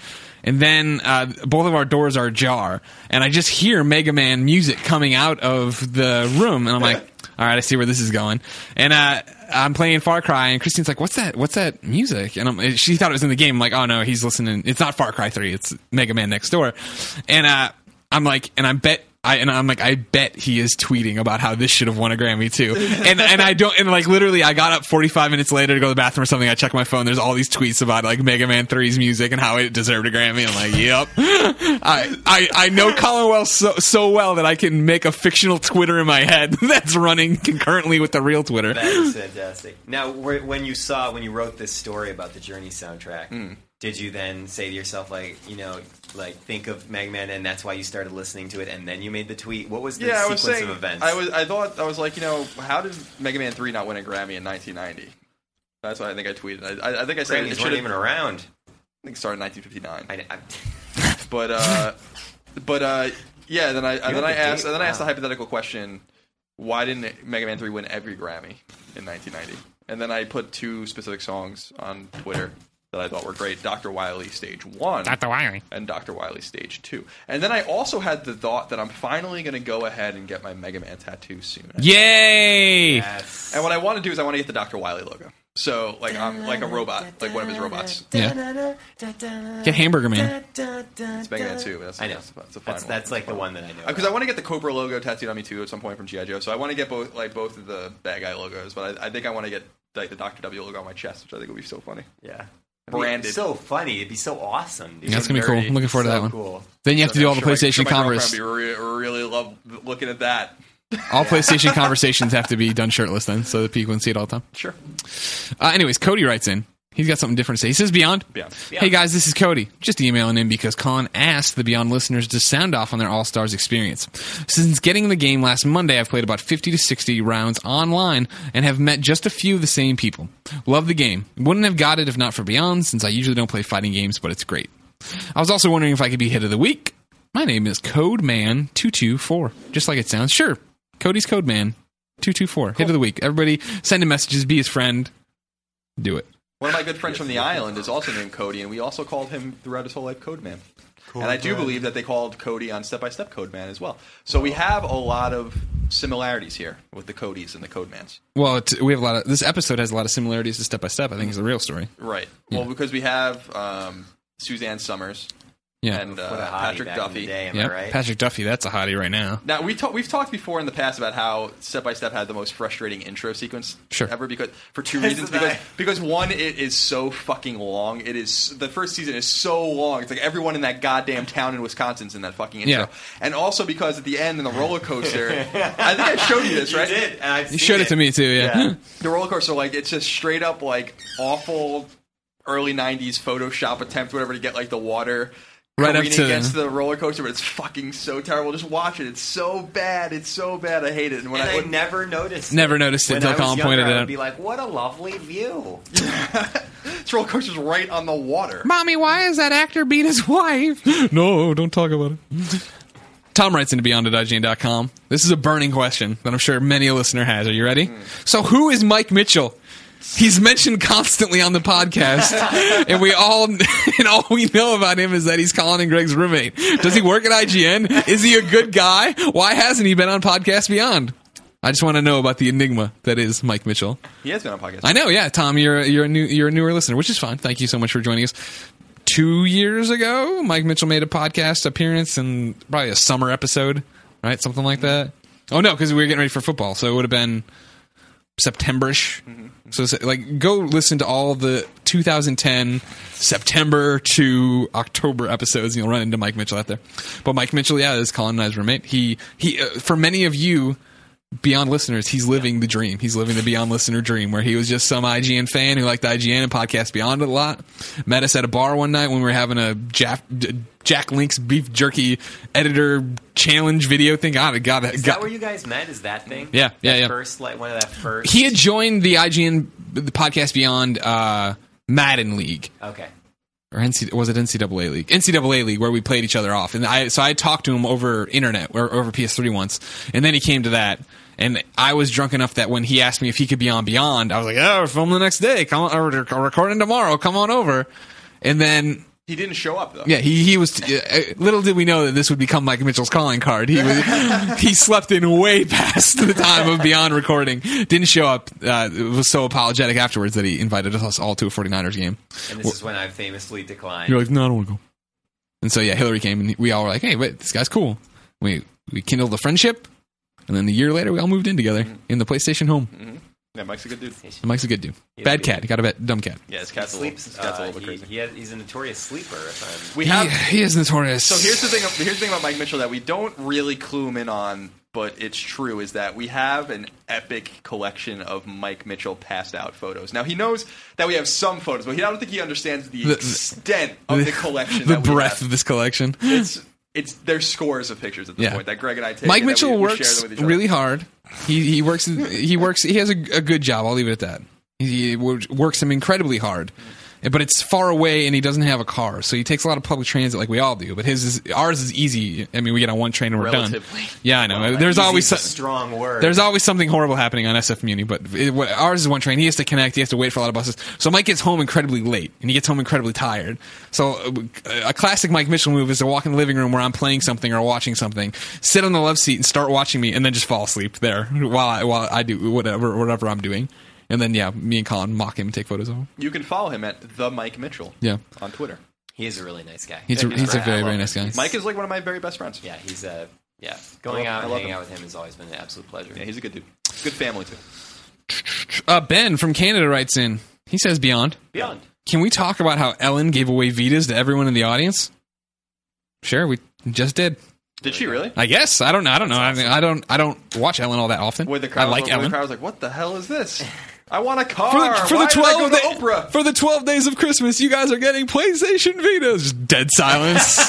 [SPEAKER 4] And then uh, both of our doors are ajar, and I just hear Mega Man music coming out of the room, and I'm like. all right, I see where this is going. And uh, I'm playing Far Cry, and Christine's like, "What's that? What's that music?" And I'm, she thought it was in the game. I'm like, "Oh no, he's listening. It's not Far Cry Three. It's Mega Man Next Door." And uh, I'm like, and I bet I and I'm like, I bet he is tweeting about how this should have won a Grammy too. And and I don't and like literally I got up 45 minutes later to go to the bathroom or something. I check my phone. There's all these tweets about like Mega Man 3's music and how it deserved a Grammy. I'm like, yep. I I, I know Colin Wells so so well that I can make a fictional Twitter in my head that's running concurrently with the real Twitter.
[SPEAKER 5] That is fantastic. Now, wh- when you saw, when you wrote this story about the Journey soundtrack,
[SPEAKER 6] Hmm.
[SPEAKER 5] did you then say to yourself, like, you know, like think of Megman, and that's why you started listening to it, and then you made the tweet? What was the
[SPEAKER 6] yeah, I was
[SPEAKER 5] sequence
[SPEAKER 6] saying.
[SPEAKER 5] of events?
[SPEAKER 6] I was. I thought. I was like, you know, how did Mega Man Three not win a Grammy in 1990? That's what I think I tweeted. I, I- I think I said it
[SPEAKER 5] Grammys
[SPEAKER 6] should
[SPEAKER 5] weren't
[SPEAKER 6] have.
[SPEAKER 5] even
[SPEAKER 6] I
[SPEAKER 5] around.
[SPEAKER 6] think it started in 1959.
[SPEAKER 5] I, I,
[SPEAKER 6] But uh, but uh, yeah. Then I and then
[SPEAKER 5] have
[SPEAKER 6] I
[SPEAKER 5] the
[SPEAKER 6] asked
[SPEAKER 5] date?
[SPEAKER 6] and then I asked the
[SPEAKER 5] Wow.
[SPEAKER 6] hypothetical question: Why didn't Mega Man Three win every Grammy in 1990? And then I put two specific songs on Twitter that I thought were great: Dr. Wiley Stage One,
[SPEAKER 4] Not the wiring.
[SPEAKER 6] and Dr. Wiley Stage Two. And then I also had the thought that I'm finally going to go ahead and get my Mega Man tattoo soon.
[SPEAKER 4] Yay!
[SPEAKER 5] that's,
[SPEAKER 6] And what I want to do is I want to get the Dr. Wiley logo. So like I'm like a robot, like one of his robots.
[SPEAKER 4] Yeah. Get hamburger man.
[SPEAKER 6] It's Mega Man Two. But that's,
[SPEAKER 5] I know.
[SPEAKER 6] That's, that's a fine
[SPEAKER 5] That's,
[SPEAKER 6] one.
[SPEAKER 5] that's like the one that I know.
[SPEAKER 6] because
[SPEAKER 5] about.
[SPEAKER 6] I want to get the Cobra logo tattooed on me too at some point from GI Joe. So I want to get both like both of the bad guy logos, but I, I think I want to get like the Doctor W logo on my chest, which I think would be so funny.
[SPEAKER 5] yeah.
[SPEAKER 6] Branded.
[SPEAKER 5] It'd be so funny. It'd be so awesome. Dude.
[SPEAKER 4] That's gonna be cool. I'm looking forward to
[SPEAKER 5] So
[SPEAKER 4] that one.
[SPEAKER 5] Cool.
[SPEAKER 4] Then you have to do all the
[SPEAKER 6] Sure, my- sure
[SPEAKER 4] PlayStation
[SPEAKER 6] my
[SPEAKER 4] Converse.
[SPEAKER 6] girlfriend would be re- really love looking at that.
[SPEAKER 4] All PlayStation conversations have to be done shirtless then, so that people can see it all the time.
[SPEAKER 6] Sure.
[SPEAKER 4] Uh, anyways, Cody writes in. He's got something different to say. He says, Beyond.
[SPEAKER 6] Beyond.
[SPEAKER 4] Hey guys, this is Cody. Just emailing in because Colin asked the Beyond listeners to sound off on their All Stars experience. Since getting the game last Monday, I've played about 50 to 60 rounds online and have met just a few of the same people. Love the game. Wouldn't have got it if not for Beyond, since I usually don't play fighting games, but it's great. I was also wondering if I could be hit of the week. My name is Codeman224, just like it sounds. Sure, Cody's Codeman224, hit of the week. Everybody send him messages, be his friend, do it.
[SPEAKER 6] One of my good friends from the island is also named Cody, and we also called him throughout his whole life Code Man. and I do believe that they called Cody on Step by Step Code Man as well. So we have a lot of similarities here with the Codys and the Codemans.
[SPEAKER 4] Well, it's, we have a lot of this episode has a lot of similarities to Step by Step. I think is the real story.
[SPEAKER 6] Right. Well, because we have um, Suzanne Summers
[SPEAKER 4] Yeah,
[SPEAKER 6] and uh,
[SPEAKER 5] What a hottie
[SPEAKER 6] Patrick
[SPEAKER 5] back In
[SPEAKER 6] Duffy.
[SPEAKER 5] the day, am
[SPEAKER 4] yeah.
[SPEAKER 5] I right?
[SPEAKER 4] Patrick Duffy, that's a hottie right now.
[SPEAKER 6] Now we talk, we've talked before in the past about how Step by Step had the most frustrating intro sequence
[SPEAKER 4] Sure.
[SPEAKER 6] ever because for two reasons
[SPEAKER 5] Isn't that-
[SPEAKER 6] because because one it is so fucking long it is the first season is so long it's like everyone in that goddamn town in Wisconsin's in that fucking intro
[SPEAKER 4] Yeah.
[SPEAKER 6] and also because at the end in the roller coaster I think I showed you this
[SPEAKER 5] You
[SPEAKER 6] right
[SPEAKER 5] did. And I've
[SPEAKER 4] You showed it to me too. Yeah,
[SPEAKER 6] the roller coaster like it's just straight up like awful early 90s photoshop attempt whatever to get like the water
[SPEAKER 4] Right up
[SPEAKER 6] careening
[SPEAKER 4] to-
[SPEAKER 6] against the roller coaster but it's fucking so terrible just watch it it's so bad it's so bad i hate it and when
[SPEAKER 5] And
[SPEAKER 6] i,
[SPEAKER 5] I
[SPEAKER 6] when,
[SPEAKER 5] never noticed.
[SPEAKER 4] Never
[SPEAKER 5] it.
[SPEAKER 4] noticed it
[SPEAKER 5] When
[SPEAKER 4] till
[SPEAKER 5] I was
[SPEAKER 4] Colin
[SPEAKER 5] younger,
[SPEAKER 4] pointed it
[SPEAKER 5] I
[SPEAKER 4] out.
[SPEAKER 5] would be like, "What a lovely view!"
[SPEAKER 6] this roller coaster's right on the water
[SPEAKER 4] mommy, why is that actor beat his wife? no, don't talk about it. Tom writes into beyond.ign.com. This is a burning question that I'm sure many a listener has. Are you ready? So, who is Mike Mitchell? He's mentioned constantly on the podcast, and we all and all we know about him is that he's Colin and Greg's roommate. Does he work at IGN? Is he a good guy? Why hasn't he been on Podcast Beyond? I just want to know about the enigma that is Mike Mitchell.
[SPEAKER 6] he has been on podcast
[SPEAKER 4] I know, yeah, Tom, you're you're a new you're a newer listener, which is fine. Thank you so much for joining us. Two years ago, Mike Mitchell made a podcast appearance and probably a summer episode, right? Something like that. Oh no, because we were getting ready for football, so it would have been Septemberish.
[SPEAKER 5] Mm-hmm,
[SPEAKER 4] So it's like, go listen to all the 2010 September to October episodes, and you'll run into Mike Mitchell out there. But Mike Mitchell, yeah, is Colin and I's roommate. He he, uh, for many of you. Beyond listeners, he's living the dream. He's living the Beyond listener dream, where he was just some IGN fan who liked IGN and podcast Beyond a lot. Met us at a bar one night when we were having a Jack, Jack Link's beef jerky editor challenge video thing. God, God,
[SPEAKER 5] Is
[SPEAKER 4] God
[SPEAKER 5] that where you guys met? Is that thing?
[SPEAKER 4] Yeah, yeah,
[SPEAKER 5] That
[SPEAKER 4] yeah.
[SPEAKER 5] First, like one of that first.
[SPEAKER 4] he had joined the IGN the podcast Beyond uh, Madden League
[SPEAKER 5] okay.
[SPEAKER 4] or NC, was it NCAA league? NCAA league where we played each other off, and I so I talked to him over internet or over PS3 once, and then he came to that, and I was drunk enough that when he asked me if he could be on Beyond, I was like, oh, we're filming the next day, come on, or we're recording tomorrow, come on over, and then
[SPEAKER 6] he didn't show up though
[SPEAKER 4] yeah, he he was. Uh, little did we know that this would become Mike Mitchell's calling card. He was, he slept in way past the time of Beyond recording. Didn't show up. Uh, was so apologetic afterwards that he invited us all to a 49ers game.
[SPEAKER 5] And this is when I famously declined.
[SPEAKER 4] You're like, no, I don't want to go. And so yeah, Hillary came and we all were like, hey, wait, this guy's cool. We We kindled a friendship, and then a year later, we all moved in together
[SPEAKER 6] Mm-hmm.
[SPEAKER 4] in the PlayStation home.
[SPEAKER 6] Yeah, Mike's a good dude.
[SPEAKER 4] And Mike's a good dude.
[SPEAKER 5] He's a
[SPEAKER 4] Bad
[SPEAKER 5] good
[SPEAKER 4] cat. He got a bad, dumb cat.
[SPEAKER 6] Yeah, his cat's a little, his
[SPEAKER 5] Sleeps.
[SPEAKER 6] cat's a
[SPEAKER 5] uh,
[SPEAKER 6] little bit
[SPEAKER 5] he,
[SPEAKER 6] crazy.
[SPEAKER 5] he has, he's a notorious sleeper. If I'm,
[SPEAKER 6] We have
[SPEAKER 4] he, he is notorious.
[SPEAKER 6] So here's the thing. Here's the thing about Mike Mitchell that we don't really clue him in on, but it's true is that we have an epic collection of Mike Mitchell passed out photos. Now he knows that we have some photos, but he, I don't think he understands the,
[SPEAKER 4] The-
[SPEAKER 6] extent of the, collection.
[SPEAKER 4] the
[SPEAKER 6] that we
[SPEAKER 4] breadth
[SPEAKER 6] have.
[SPEAKER 4] of this collection.
[SPEAKER 6] It's it's there's scores of pictures at this
[SPEAKER 4] Yeah.
[SPEAKER 6] point that Greg and I take.
[SPEAKER 4] Mike
[SPEAKER 6] and that
[SPEAKER 4] Mitchell
[SPEAKER 6] we, we share
[SPEAKER 4] works
[SPEAKER 6] them with each other.
[SPEAKER 4] really hard. He he works he works he has a, a good job. I'll leave it at that. He wor- works him incredibly hard, but it's far away and he doesn't have a car, so he takes a lot of public transit like we all do. But his is, ours is easy. I mean, we get on one train and we're
[SPEAKER 6] Relatively.
[SPEAKER 4] done. Yeah, I know. there's
[SPEAKER 5] Easy's
[SPEAKER 4] always so-
[SPEAKER 5] a strong word.
[SPEAKER 4] there's always something horrible happening on SF Muni, but it, what, ours is one train. He has to connect. He has to wait for a lot of buses. So Mike gets home incredibly late, and he gets home incredibly tired. So uh, a classic Mike Mitchell move is to walk in the living room where I'm playing something or watching something, sit on the love seat and start watching me, and then just fall asleep there while I, while I do whatever whatever I'm doing. And then yeah, me and Colin mock him and take photos of him.
[SPEAKER 6] You can follow him at the Mike Mitchell.
[SPEAKER 4] Yeah.
[SPEAKER 6] on Twitter.
[SPEAKER 5] he is a really nice guy.
[SPEAKER 4] He's a,
[SPEAKER 5] Yeah,
[SPEAKER 4] he's a
[SPEAKER 5] I
[SPEAKER 4] very
[SPEAKER 5] love
[SPEAKER 4] very
[SPEAKER 5] him.
[SPEAKER 4] nice guy.
[SPEAKER 6] Mike is like one of my very best friends.
[SPEAKER 5] Yeah, he's a yeah. Going out
[SPEAKER 6] I love- I
[SPEAKER 5] and
[SPEAKER 6] love
[SPEAKER 5] hanging
[SPEAKER 6] him.
[SPEAKER 5] out with him has always been an absolute pleasure.
[SPEAKER 6] yeah, he's a good dude. Good family too.
[SPEAKER 4] Uh, ben from Canada writes in. He says beyond.
[SPEAKER 5] Beyond.
[SPEAKER 4] Can we talk about how Ellen gave away Vitas to everyone in the audience? Sure, we just did.
[SPEAKER 6] Did she really?
[SPEAKER 4] I guess I don't know. I don't know. I, mean, I don't. I don't watch Ellen all that often.
[SPEAKER 6] Where the
[SPEAKER 4] I
[SPEAKER 6] crowd,
[SPEAKER 4] like
[SPEAKER 6] where the
[SPEAKER 4] Ellen
[SPEAKER 6] crowd was like, "What the hell is this? I want a car
[SPEAKER 4] for the, for
[SPEAKER 6] Why
[SPEAKER 4] the
[SPEAKER 6] did I go
[SPEAKER 4] twelve
[SPEAKER 6] to
[SPEAKER 4] day-
[SPEAKER 6] Oprah."
[SPEAKER 4] for the twelve days of Christmas. You guys are getting PlayStation Vitas. Just dead silence.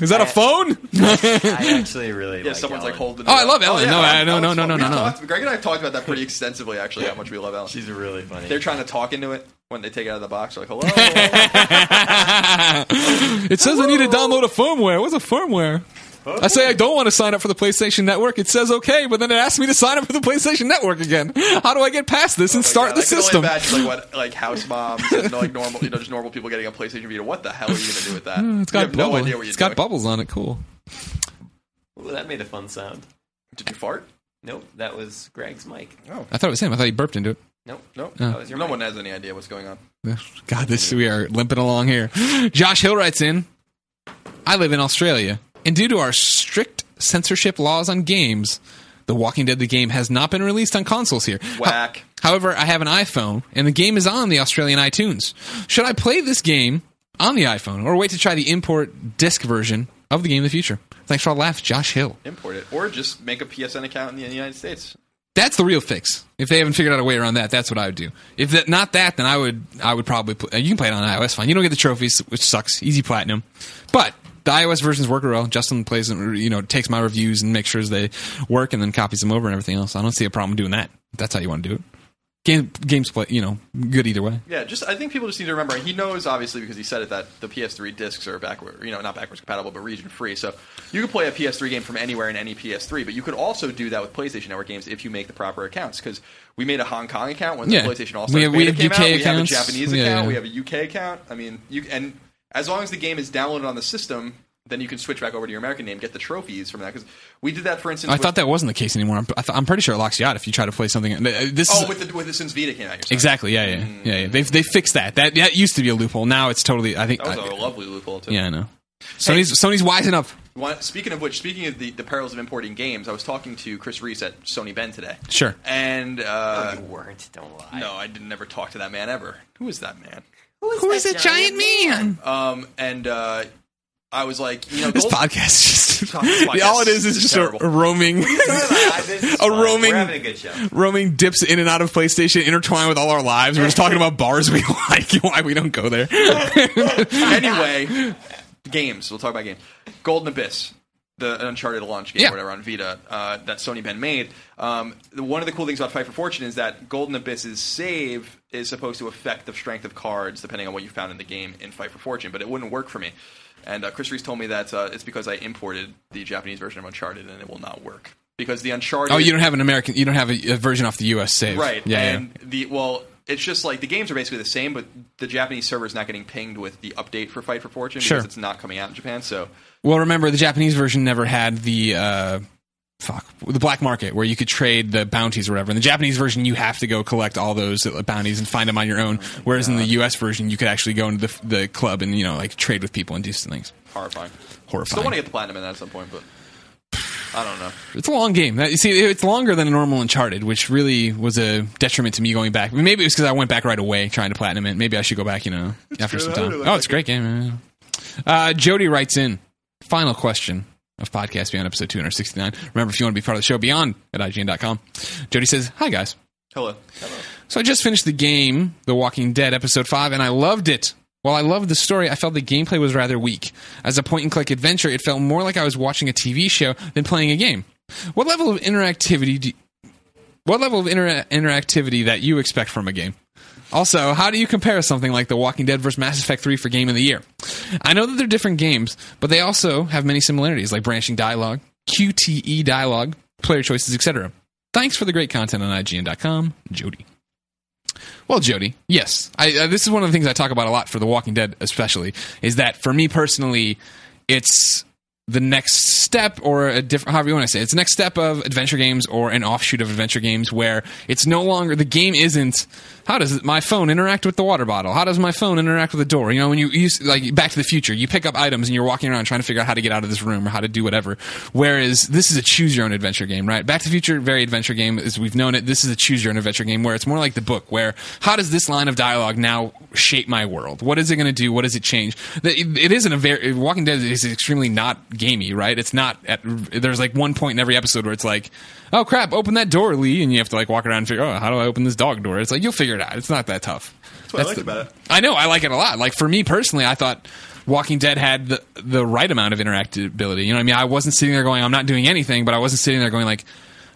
[SPEAKER 4] Is that a phone?
[SPEAKER 5] I actually really.
[SPEAKER 6] Yeah,
[SPEAKER 5] like
[SPEAKER 6] someone's like
[SPEAKER 5] Ellen.
[SPEAKER 6] holding.
[SPEAKER 4] Oh,
[SPEAKER 6] it
[SPEAKER 4] I
[SPEAKER 6] up.
[SPEAKER 4] love Ellen. No, I- no,
[SPEAKER 6] Ellen's
[SPEAKER 4] no, no,
[SPEAKER 6] fun.
[SPEAKER 4] no,
[SPEAKER 6] We've
[SPEAKER 4] no, no.
[SPEAKER 6] talked- Greg and I have talked about that pretty extensively, actually, how much we love Ellen.
[SPEAKER 5] She's really funny.
[SPEAKER 6] They're trying to talk into it when they take it out of the box. They're like, "Hello, hello."
[SPEAKER 4] it says I need to download a firmware. What's a firmware? I say I don't want to sign up for the PlayStation Network. It says okay, but then it asks me to sign up for the PlayStation Network again. How do I get past this and start
[SPEAKER 6] Yeah,
[SPEAKER 4] the
[SPEAKER 6] Oh I can only
[SPEAKER 4] system?
[SPEAKER 6] imagine, like what, like house moms and like normal, you know, just normal people getting a PlayStation Vita. What the hell are you going to do with that?
[SPEAKER 4] Mm, It's got
[SPEAKER 6] you have no
[SPEAKER 4] bubbles.
[SPEAKER 6] idea what you're
[SPEAKER 4] it's got
[SPEAKER 6] doing.
[SPEAKER 4] bubbles on it. Cool.
[SPEAKER 5] Ooh, that made a fun sound.
[SPEAKER 6] Did you fart?
[SPEAKER 5] Nope, that was Greg's mic.
[SPEAKER 4] I thought it was him. I thought he burped into it.
[SPEAKER 5] Nope,
[SPEAKER 6] No,
[SPEAKER 5] that was your
[SPEAKER 6] no
[SPEAKER 5] mic.
[SPEAKER 6] one has any idea what's going on.
[SPEAKER 4] God, this we are limping along here. Josh Hill writes in. I live in Australia, and due to our strict censorship laws on games, The Walking Dead the game has not been released on consoles here.
[SPEAKER 6] Whack.
[SPEAKER 4] However, I have an iPhone, and the game is on the Australian iTunes. Should I play this game on the iPhone, or wait to try the import disc version of the game in the future? Thanks for all the laughs, Josh Hill.
[SPEAKER 6] Import it, or just make a PSN account in the United States.
[SPEAKER 4] That's the real fix. If they haven't figured out a way around that, that's what I would do. If that, not that, then I would I would probably pl- you can play it on iOS. Fine, you don't get the trophies, which sucks. Easy platinum, but the iOS versions work well. Justin plays and you know takes my reviews and makes sure they work, and then copies them over and everything else. I don't see a problem doing that. If that's how you want to do it. Game, games play, you know, good either way.
[SPEAKER 6] Yeah, just I think people just need to remember. He knows obviously because he said it that the PS3 discs are backward, you know, not backwards compatible, but region free. So you could play a PS3 game from anywhere in any PS3. But you could also do that with PlayStation Network games if you make the proper accounts. Because we made a Hong Kong account when
[SPEAKER 4] Yeah.
[SPEAKER 6] the PlayStation All
[SPEAKER 4] We
[SPEAKER 6] Stars
[SPEAKER 4] have- we
[SPEAKER 6] Beta
[SPEAKER 4] have
[SPEAKER 6] came
[SPEAKER 4] UK
[SPEAKER 6] out. We have a
[SPEAKER 4] accounts.
[SPEAKER 6] Japanese
[SPEAKER 4] Yeah,
[SPEAKER 6] account.
[SPEAKER 4] yeah.
[SPEAKER 6] We have a UK account. I mean, you and as long as the game is downloaded on the system. Then you can switch back over to your American name, get the trophies from that. Because we did that, for instance.
[SPEAKER 4] I
[SPEAKER 6] with,
[SPEAKER 4] thought that wasn't the case anymore. I'm, I th- I'm pretty sure it locks you out if you try to play something. uh, This is,
[SPEAKER 6] Oh, with the, with the since Vita came out. you're saying.
[SPEAKER 4] exactly. Yeah, yeah, yeah. yeah. They they fixed that. That that used to be a loophole. Now it's totally. I think.
[SPEAKER 6] That was a
[SPEAKER 4] I-
[SPEAKER 6] lovely loophole too.
[SPEAKER 4] yeah, I know. Sony's Sony's wising up.
[SPEAKER 6] One, speaking of which, speaking of the, the perils of importing games, I was talking to Chris Reese at Sony Ben today.
[SPEAKER 4] Sure.
[SPEAKER 6] And
[SPEAKER 5] No,
[SPEAKER 6] uh,
[SPEAKER 5] you weren't. Don't lie.
[SPEAKER 6] no, I didn't never talk to that man ever. Who is that man?
[SPEAKER 4] Who is that giant man? Oh.
[SPEAKER 6] Um, and uh, I was like, you know,
[SPEAKER 4] This
[SPEAKER 6] Gold-
[SPEAKER 4] podcast is just
[SPEAKER 6] Oh, this podcast
[SPEAKER 4] all it is is
[SPEAKER 6] is
[SPEAKER 4] just
[SPEAKER 6] terrible.
[SPEAKER 4] a roaming,
[SPEAKER 5] a
[SPEAKER 4] a roaming-
[SPEAKER 5] We're having a good show.
[SPEAKER 4] roaming dips in and out of PlayStation, intertwined with all our lives. We're just talking about bars we like, and why we don't go there.
[SPEAKER 6] anyway, games. We'll talk about games. Golden Abyss, the Uncharted launch game,
[SPEAKER 4] Yeah.
[SPEAKER 6] or whatever on Vita uh, that Sony Ben made. Um, the- one of the cool things about Fight for Fortune is that Golden Abyss's save is supposed to affect the strength of cards depending on what you found in the game in Fight for Fortune, but it wouldn't work for me. And uh, Chris Reese told me that uh, it's because I imported the Japanese version of Uncharted and it will not work because the Uncharted.
[SPEAKER 4] oh, you don't have an American, you don't have a, a version off the U.S. save,
[SPEAKER 6] Right.
[SPEAKER 4] Yeah, yeah.
[SPEAKER 6] and the well, it's just like the games are basically the same, but the Japanese server is not getting pinged with the update for Fight for Fortune
[SPEAKER 4] Sure.
[SPEAKER 6] because it's not coming out in Japan. So
[SPEAKER 4] Well, remember the Japanese version never had the uh, fuck the black market where you could trade the bounties or whatever. In the Japanese version, you have to go collect all those uh, bounties and find them on your own. Whereas in the U.S. version, you could actually go into the, the club and you know like trade with people and do some things.
[SPEAKER 6] horrifying.
[SPEAKER 4] Horrifying.
[SPEAKER 6] Still want to get the platinum in that at some point, but I don't know.
[SPEAKER 4] It's a long game. That- you see, it's longer than a normal Uncharted, which really was a detriment to me going back. Maybe it was because I went back right away trying to platinum it. Maybe I should go back, you know, after
[SPEAKER 6] good.
[SPEAKER 4] some
[SPEAKER 6] I
[SPEAKER 4] time.
[SPEAKER 6] really
[SPEAKER 4] oh, it's a great
[SPEAKER 6] like
[SPEAKER 4] game. yeah, yeah. Uh, Jody writes in, final question of Podcast Beyond episode 269. Remember, if you want to be part of the show, beyond at IGN.com. Jody says, hi, guys.
[SPEAKER 6] Hello.
[SPEAKER 4] So I just finished the game, The Walking Dead episode 5, and I loved it. While I loved the story, I felt the gameplay was rather weak. As a point and click adventure, it felt more like I was watching a TV show than playing a game. What level of interactivity do what level of intera- interactivity that you expect from a game? Also, how do you compare something like The Walking Dead versus Mass Effect 3 for game of the year? I know that they're different games, but they also have many similarities like branching dialogue, QTE dialogue, player choices, etc. Thanks for the great content on IGN.com, Jody. Well, Jody, yes, I, uh, this is one of the things I talk about a lot for The Walking Dead, especially, is that for me personally, it's the next step, or a different, however you want to say, it. it's the next step of adventure games or an offshoot of adventure games where it's no longer the game isn't how does my phone interact with the water bottle? How does my phone interact with the door? You know, when you use like Back to the Future, you pick up items and you're walking around trying to figure out how to get out of this room or how to do whatever. Whereas this is a choose your own adventure game, right? Back to the Future, very adventure game as we've known it. This is a choose your own adventure game where it's more like the book, where how does this line of dialogue now shape my world? What is it going to do? What does it change? That- It it isn't a very Walking Dead is extremely not gamey, right? It's not. At, there's like one point in every episode where it's like, oh crap, open that door, Lee, and you have to like walk around and figure, oh, how do I open this dog door? It's like you'll figure it out. It's not that tough. That's
[SPEAKER 6] what I liked about it.
[SPEAKER 4] I know I like it a lot. Like for me personally, I thought Walking Dead had the the right amount of interactability. You know what I mean? I wasn't sitting there going, I'm not doing anything, but I wasn't sitting there going like,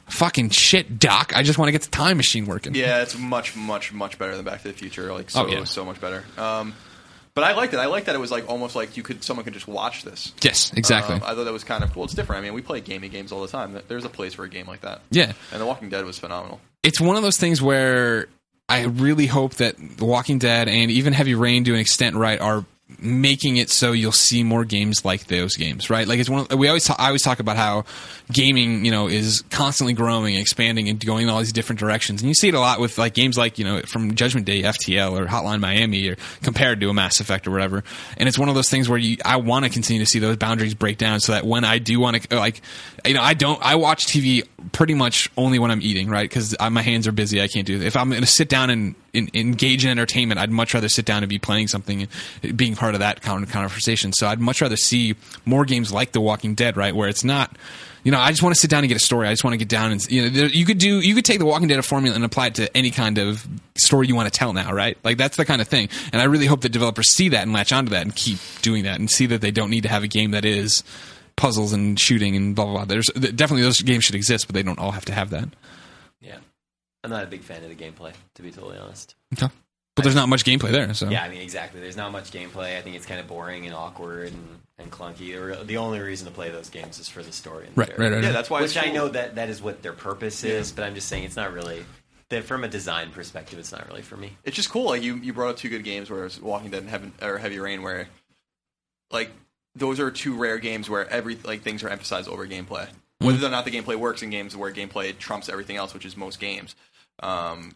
[SPEAKER 4] fucking shit, Doc. I just want to get the time machine working.
[SPEAKER 6] Yeah, it's much, much, much better than Back to the Future. Like so,
[SPEAKER 4] Oh, yeah.
[SPEAKER 6] so much better. Um, but I liked it. I liked that it was like almost like you could someone could just watch this.
[SPEAKER 4] Yes, exactly.
[SPEAKER 6] Um, I thought that was kind of cool. It's different. I mean, we play gaming games all the time. There's a place for a game like that.
[SPEAKER 4] Yeah.
[SPEAKER 6] And The Walking Dead was phenomenal.
[SPEAKER 4] it's one of those things where I really hope that The Walking Dead and even Heavy Rain, to an extent, right, are making it so you'll see more games like those games, right? Like it's one. Of, we always ta- I always talk about how gaming, you know, is constantly growing, and expanding, and going in all these different directions. And you see it a lot with like games like you know from Judgment Day, FTL, or Hotline Miami, or compared to a Mass Effect or whatever. And it's one of those things where you I want to continue to see those boundaries break down, so that when I do want to like, you know, I don't I watch TV pretty much only when I'm eating, right? Because my hands are busy. I can't do it. If I'm going to sit down and, and engage in entertainment, I'd much rather sit down and be playing something and being part of that kind of conversation. So I'd much rather see more games like The Walking Dead, right? Where it's not, you know, I just want to sit down and get a story. I just want to get down and, you know, there, you could do, you could take The Walking Dead formula and apply it to any kind of story you want to tell now, right? Like that's the kind of thing. And I really hope that developers see that and latch onto that and keep doing that and see that they don't need to have a game that is puzzles and shooting and blah blah blah. There's th- definitely those games should exist, but they don't all have to have that.
[SPEAKER 5] Yeah. I'm not a big fan of the gameplay, to be totally honest.
[SPEAKER 4] But there's not much gameplay there, so
[SPEAKER 5] Yeah, I mean, exactly. There's not much gameplay. I think it's kind of boring and awkward and, and clunky. The re- The only reason to play those games is for the story. And the
[SPEAKER 4] right, right,
[SPEAKER 5] character.
[SPEAKER 4] right. right.
[SPEAKER 6] Yeah, that's why.
[SPEAKER 5] Which
[SPEAKER 6] it's
[SPEAKER 5] I
[SPEAKER 6] cool.
[SPEAKER 5] know that that is what their purpose is, but I'm just saying it's not really. That from a design perspective, it's not really for me.
[SPEAKER 6] it's just cool. Like you, you brought up two good games, where it's Walking Dead and Heaven, or Heavy Rain, where like those are two rare games where every like things are emphasized over gameplay. Whether or not the gameplay works in games where gameplay trumps everything else, which is most games, um,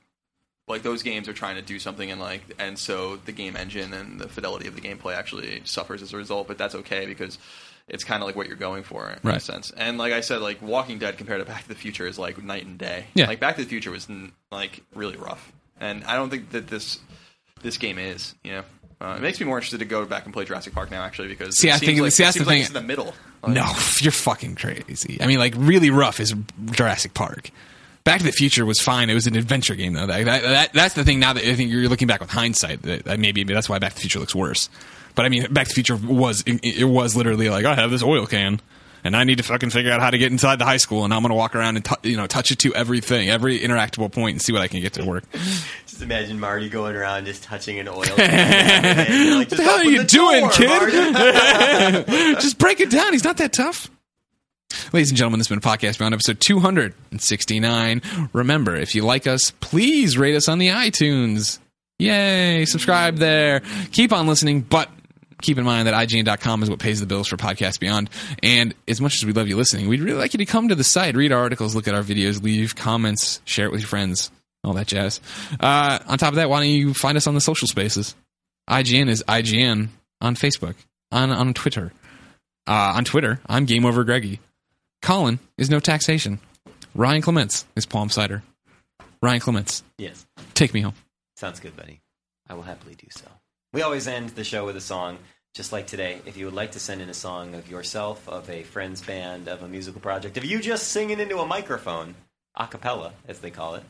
[SPEAKER 6] like those games are trying to do something, and like and so the game engine and the fidelity of the gameplay actually suffers as a result. But that's okay because it's kind of like what you're going for in a
[SPEAKER 4] Right.
[SPEAKER 6] sense. And like I said, like Walking Dead compared to Back to the Future is like night and day.
[SPEAKER 4] Yeah.
[SPEAKER 6] Like Back to the Future was n- like really rough, and I don't think that this this game is. You know, uh, it makes me more interested to go back and play Jurassic Park now, actually, because
[SPEAKER 4] See,
[SPEAKER 6] it
[SPEAKER 4] I
[SPEAKER 6] seems
[SPEAKER 4] think-
[SPEAKER 6] like,
[SPEAKER 4] see,
[SPEAKER 6] it
[SPEAKER 4] that's
[SPEAKER 6] seems
[SPEAKER 4] the
[SPEAKER 6] like
[SPEAKER 4] thing.
[SPEAKER 6] it's in the middle. Like,
[SPEAKER 4] No, you're fucking crazy. I mean, like really rough is Jurassic Park. Back to the Future was fine. It was an adventure game though. That, that, that- that's the thing. Now that I think you're looking back with hindsight, that, that maybe, maybe that's why Back to the Future looks worse. But I mean, Back to the Future was it, it was literally like I have this oil can. And I need to fucking figure out how to get inside the high school, and I'm gonna walk around and t- you know touch it to everything, every interactable point, and see what I can get to work.
[SPEAKER 5] Just imagine Marty going around just touching an oil. can. Like,
[SPEAKER 4] What
[SPEAKER 5] just
[SPEAKER 4] the hell are
[SPEAKER 5] open
[SPEAKER 4] you
[SPEAKER 5] the
[SPEAKER 4] doing,
[SPEAKER 5] door, Marty.
[SPEAKER 4] kid? Just break it down. He's not that tough. Ladies and gentlemen, this has been Podcast Beyond episode 269. Remember, if you like us, please rate us on the iTunes. Yay, subscribe there. Keep on listening, but keep in mind that IGN.com is what pays the bills for Podcast Beyond. And as much as we love you listening, we'd really like you to come to the site, read our articles, look at our videos, leave comments, share it with your friends, all that jazz. Uh, on top of that, why don't you find us on the social spaces? IGN is IGN on Facebook, on on Twitter. Uh, on Twitter, I'm Game Over Greggy. Colin is no taxation. Ryan Clements is palm cider. Ryan Clements,
[SPEAKER 5] Yes.
[SPEAKER 4] take me home.
[SPEAKER 5] Sounds good, buddy. I will happily do so. We always end the show with a song, just like today. If you would like to send in a song of yourself, of a friend's band, of a musical project, of you just singing into a microphone, a cappella, as they call it.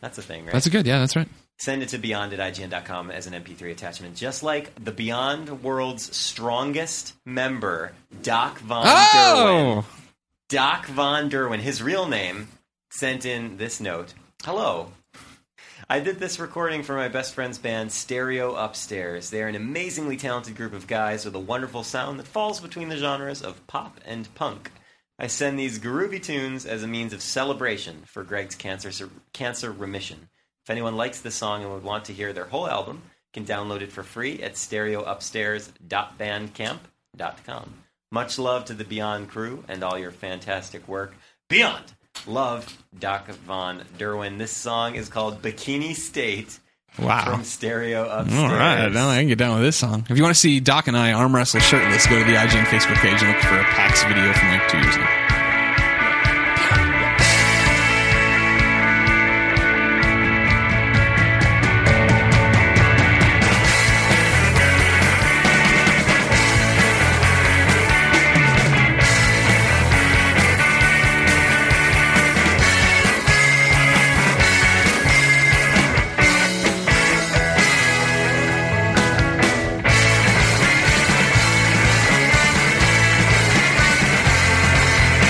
[SPEAKER 5] That's a thing, right?
[SPEAKER 4] That's a good. Yeah, that's right.
[SPEAKER 5] Send it to beyond at IGN.com as an MP3 attachment, just like the Beyond World's strongest member, Doc Von Derwin.
[SPEAKER 4] Oh,
[SPEAKER 5] Doc Von Derwin, his real name, sent in this note. Hello. I did this recording for my best friend's band, Stereo Upstairs. They are an amazingly talented group of guys with a wonderful sound that falls between the genres of pop and punk. I send these groovy tunes as a means of celebration for Greg's cancer, cancer remission. If anyone likes this song and would want to hear their whole album, you can download it for free at stereoupstairs.bandcamp.com. Much love to the Beyond crew and all your fantastic work. Beyond! Love, Doc Von Derwin. This song is called Bikini State
[SPEAKER 4] wow.
[SPEAKER 5] from Stereo Upstairs.
[SPEAKER 4] All right, now I can get down with this song. If you want to see Doc and I arm wrestle shirtless, go to the IGN Facebook page and look for a PAX video from like two years ago.
[SPEAKER 8] Bikini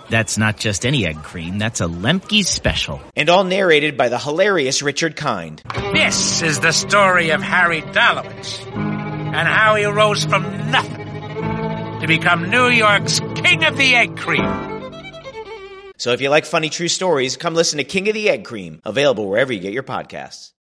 [SPEAKER 9] That's not just any egg cream, that's a Lemke's special.
[SPEAKER 8] And all narrated by the hilarious Richard Kind.
[SPEAKER 10] This is the story of Harry Dalowitz and how he rose from nothing to become New York's King of the Egg Cream.
[SPEAKER 8] So if you like funny true stories, come listen to King of the Egg Cream, available wherever you get your podcasts.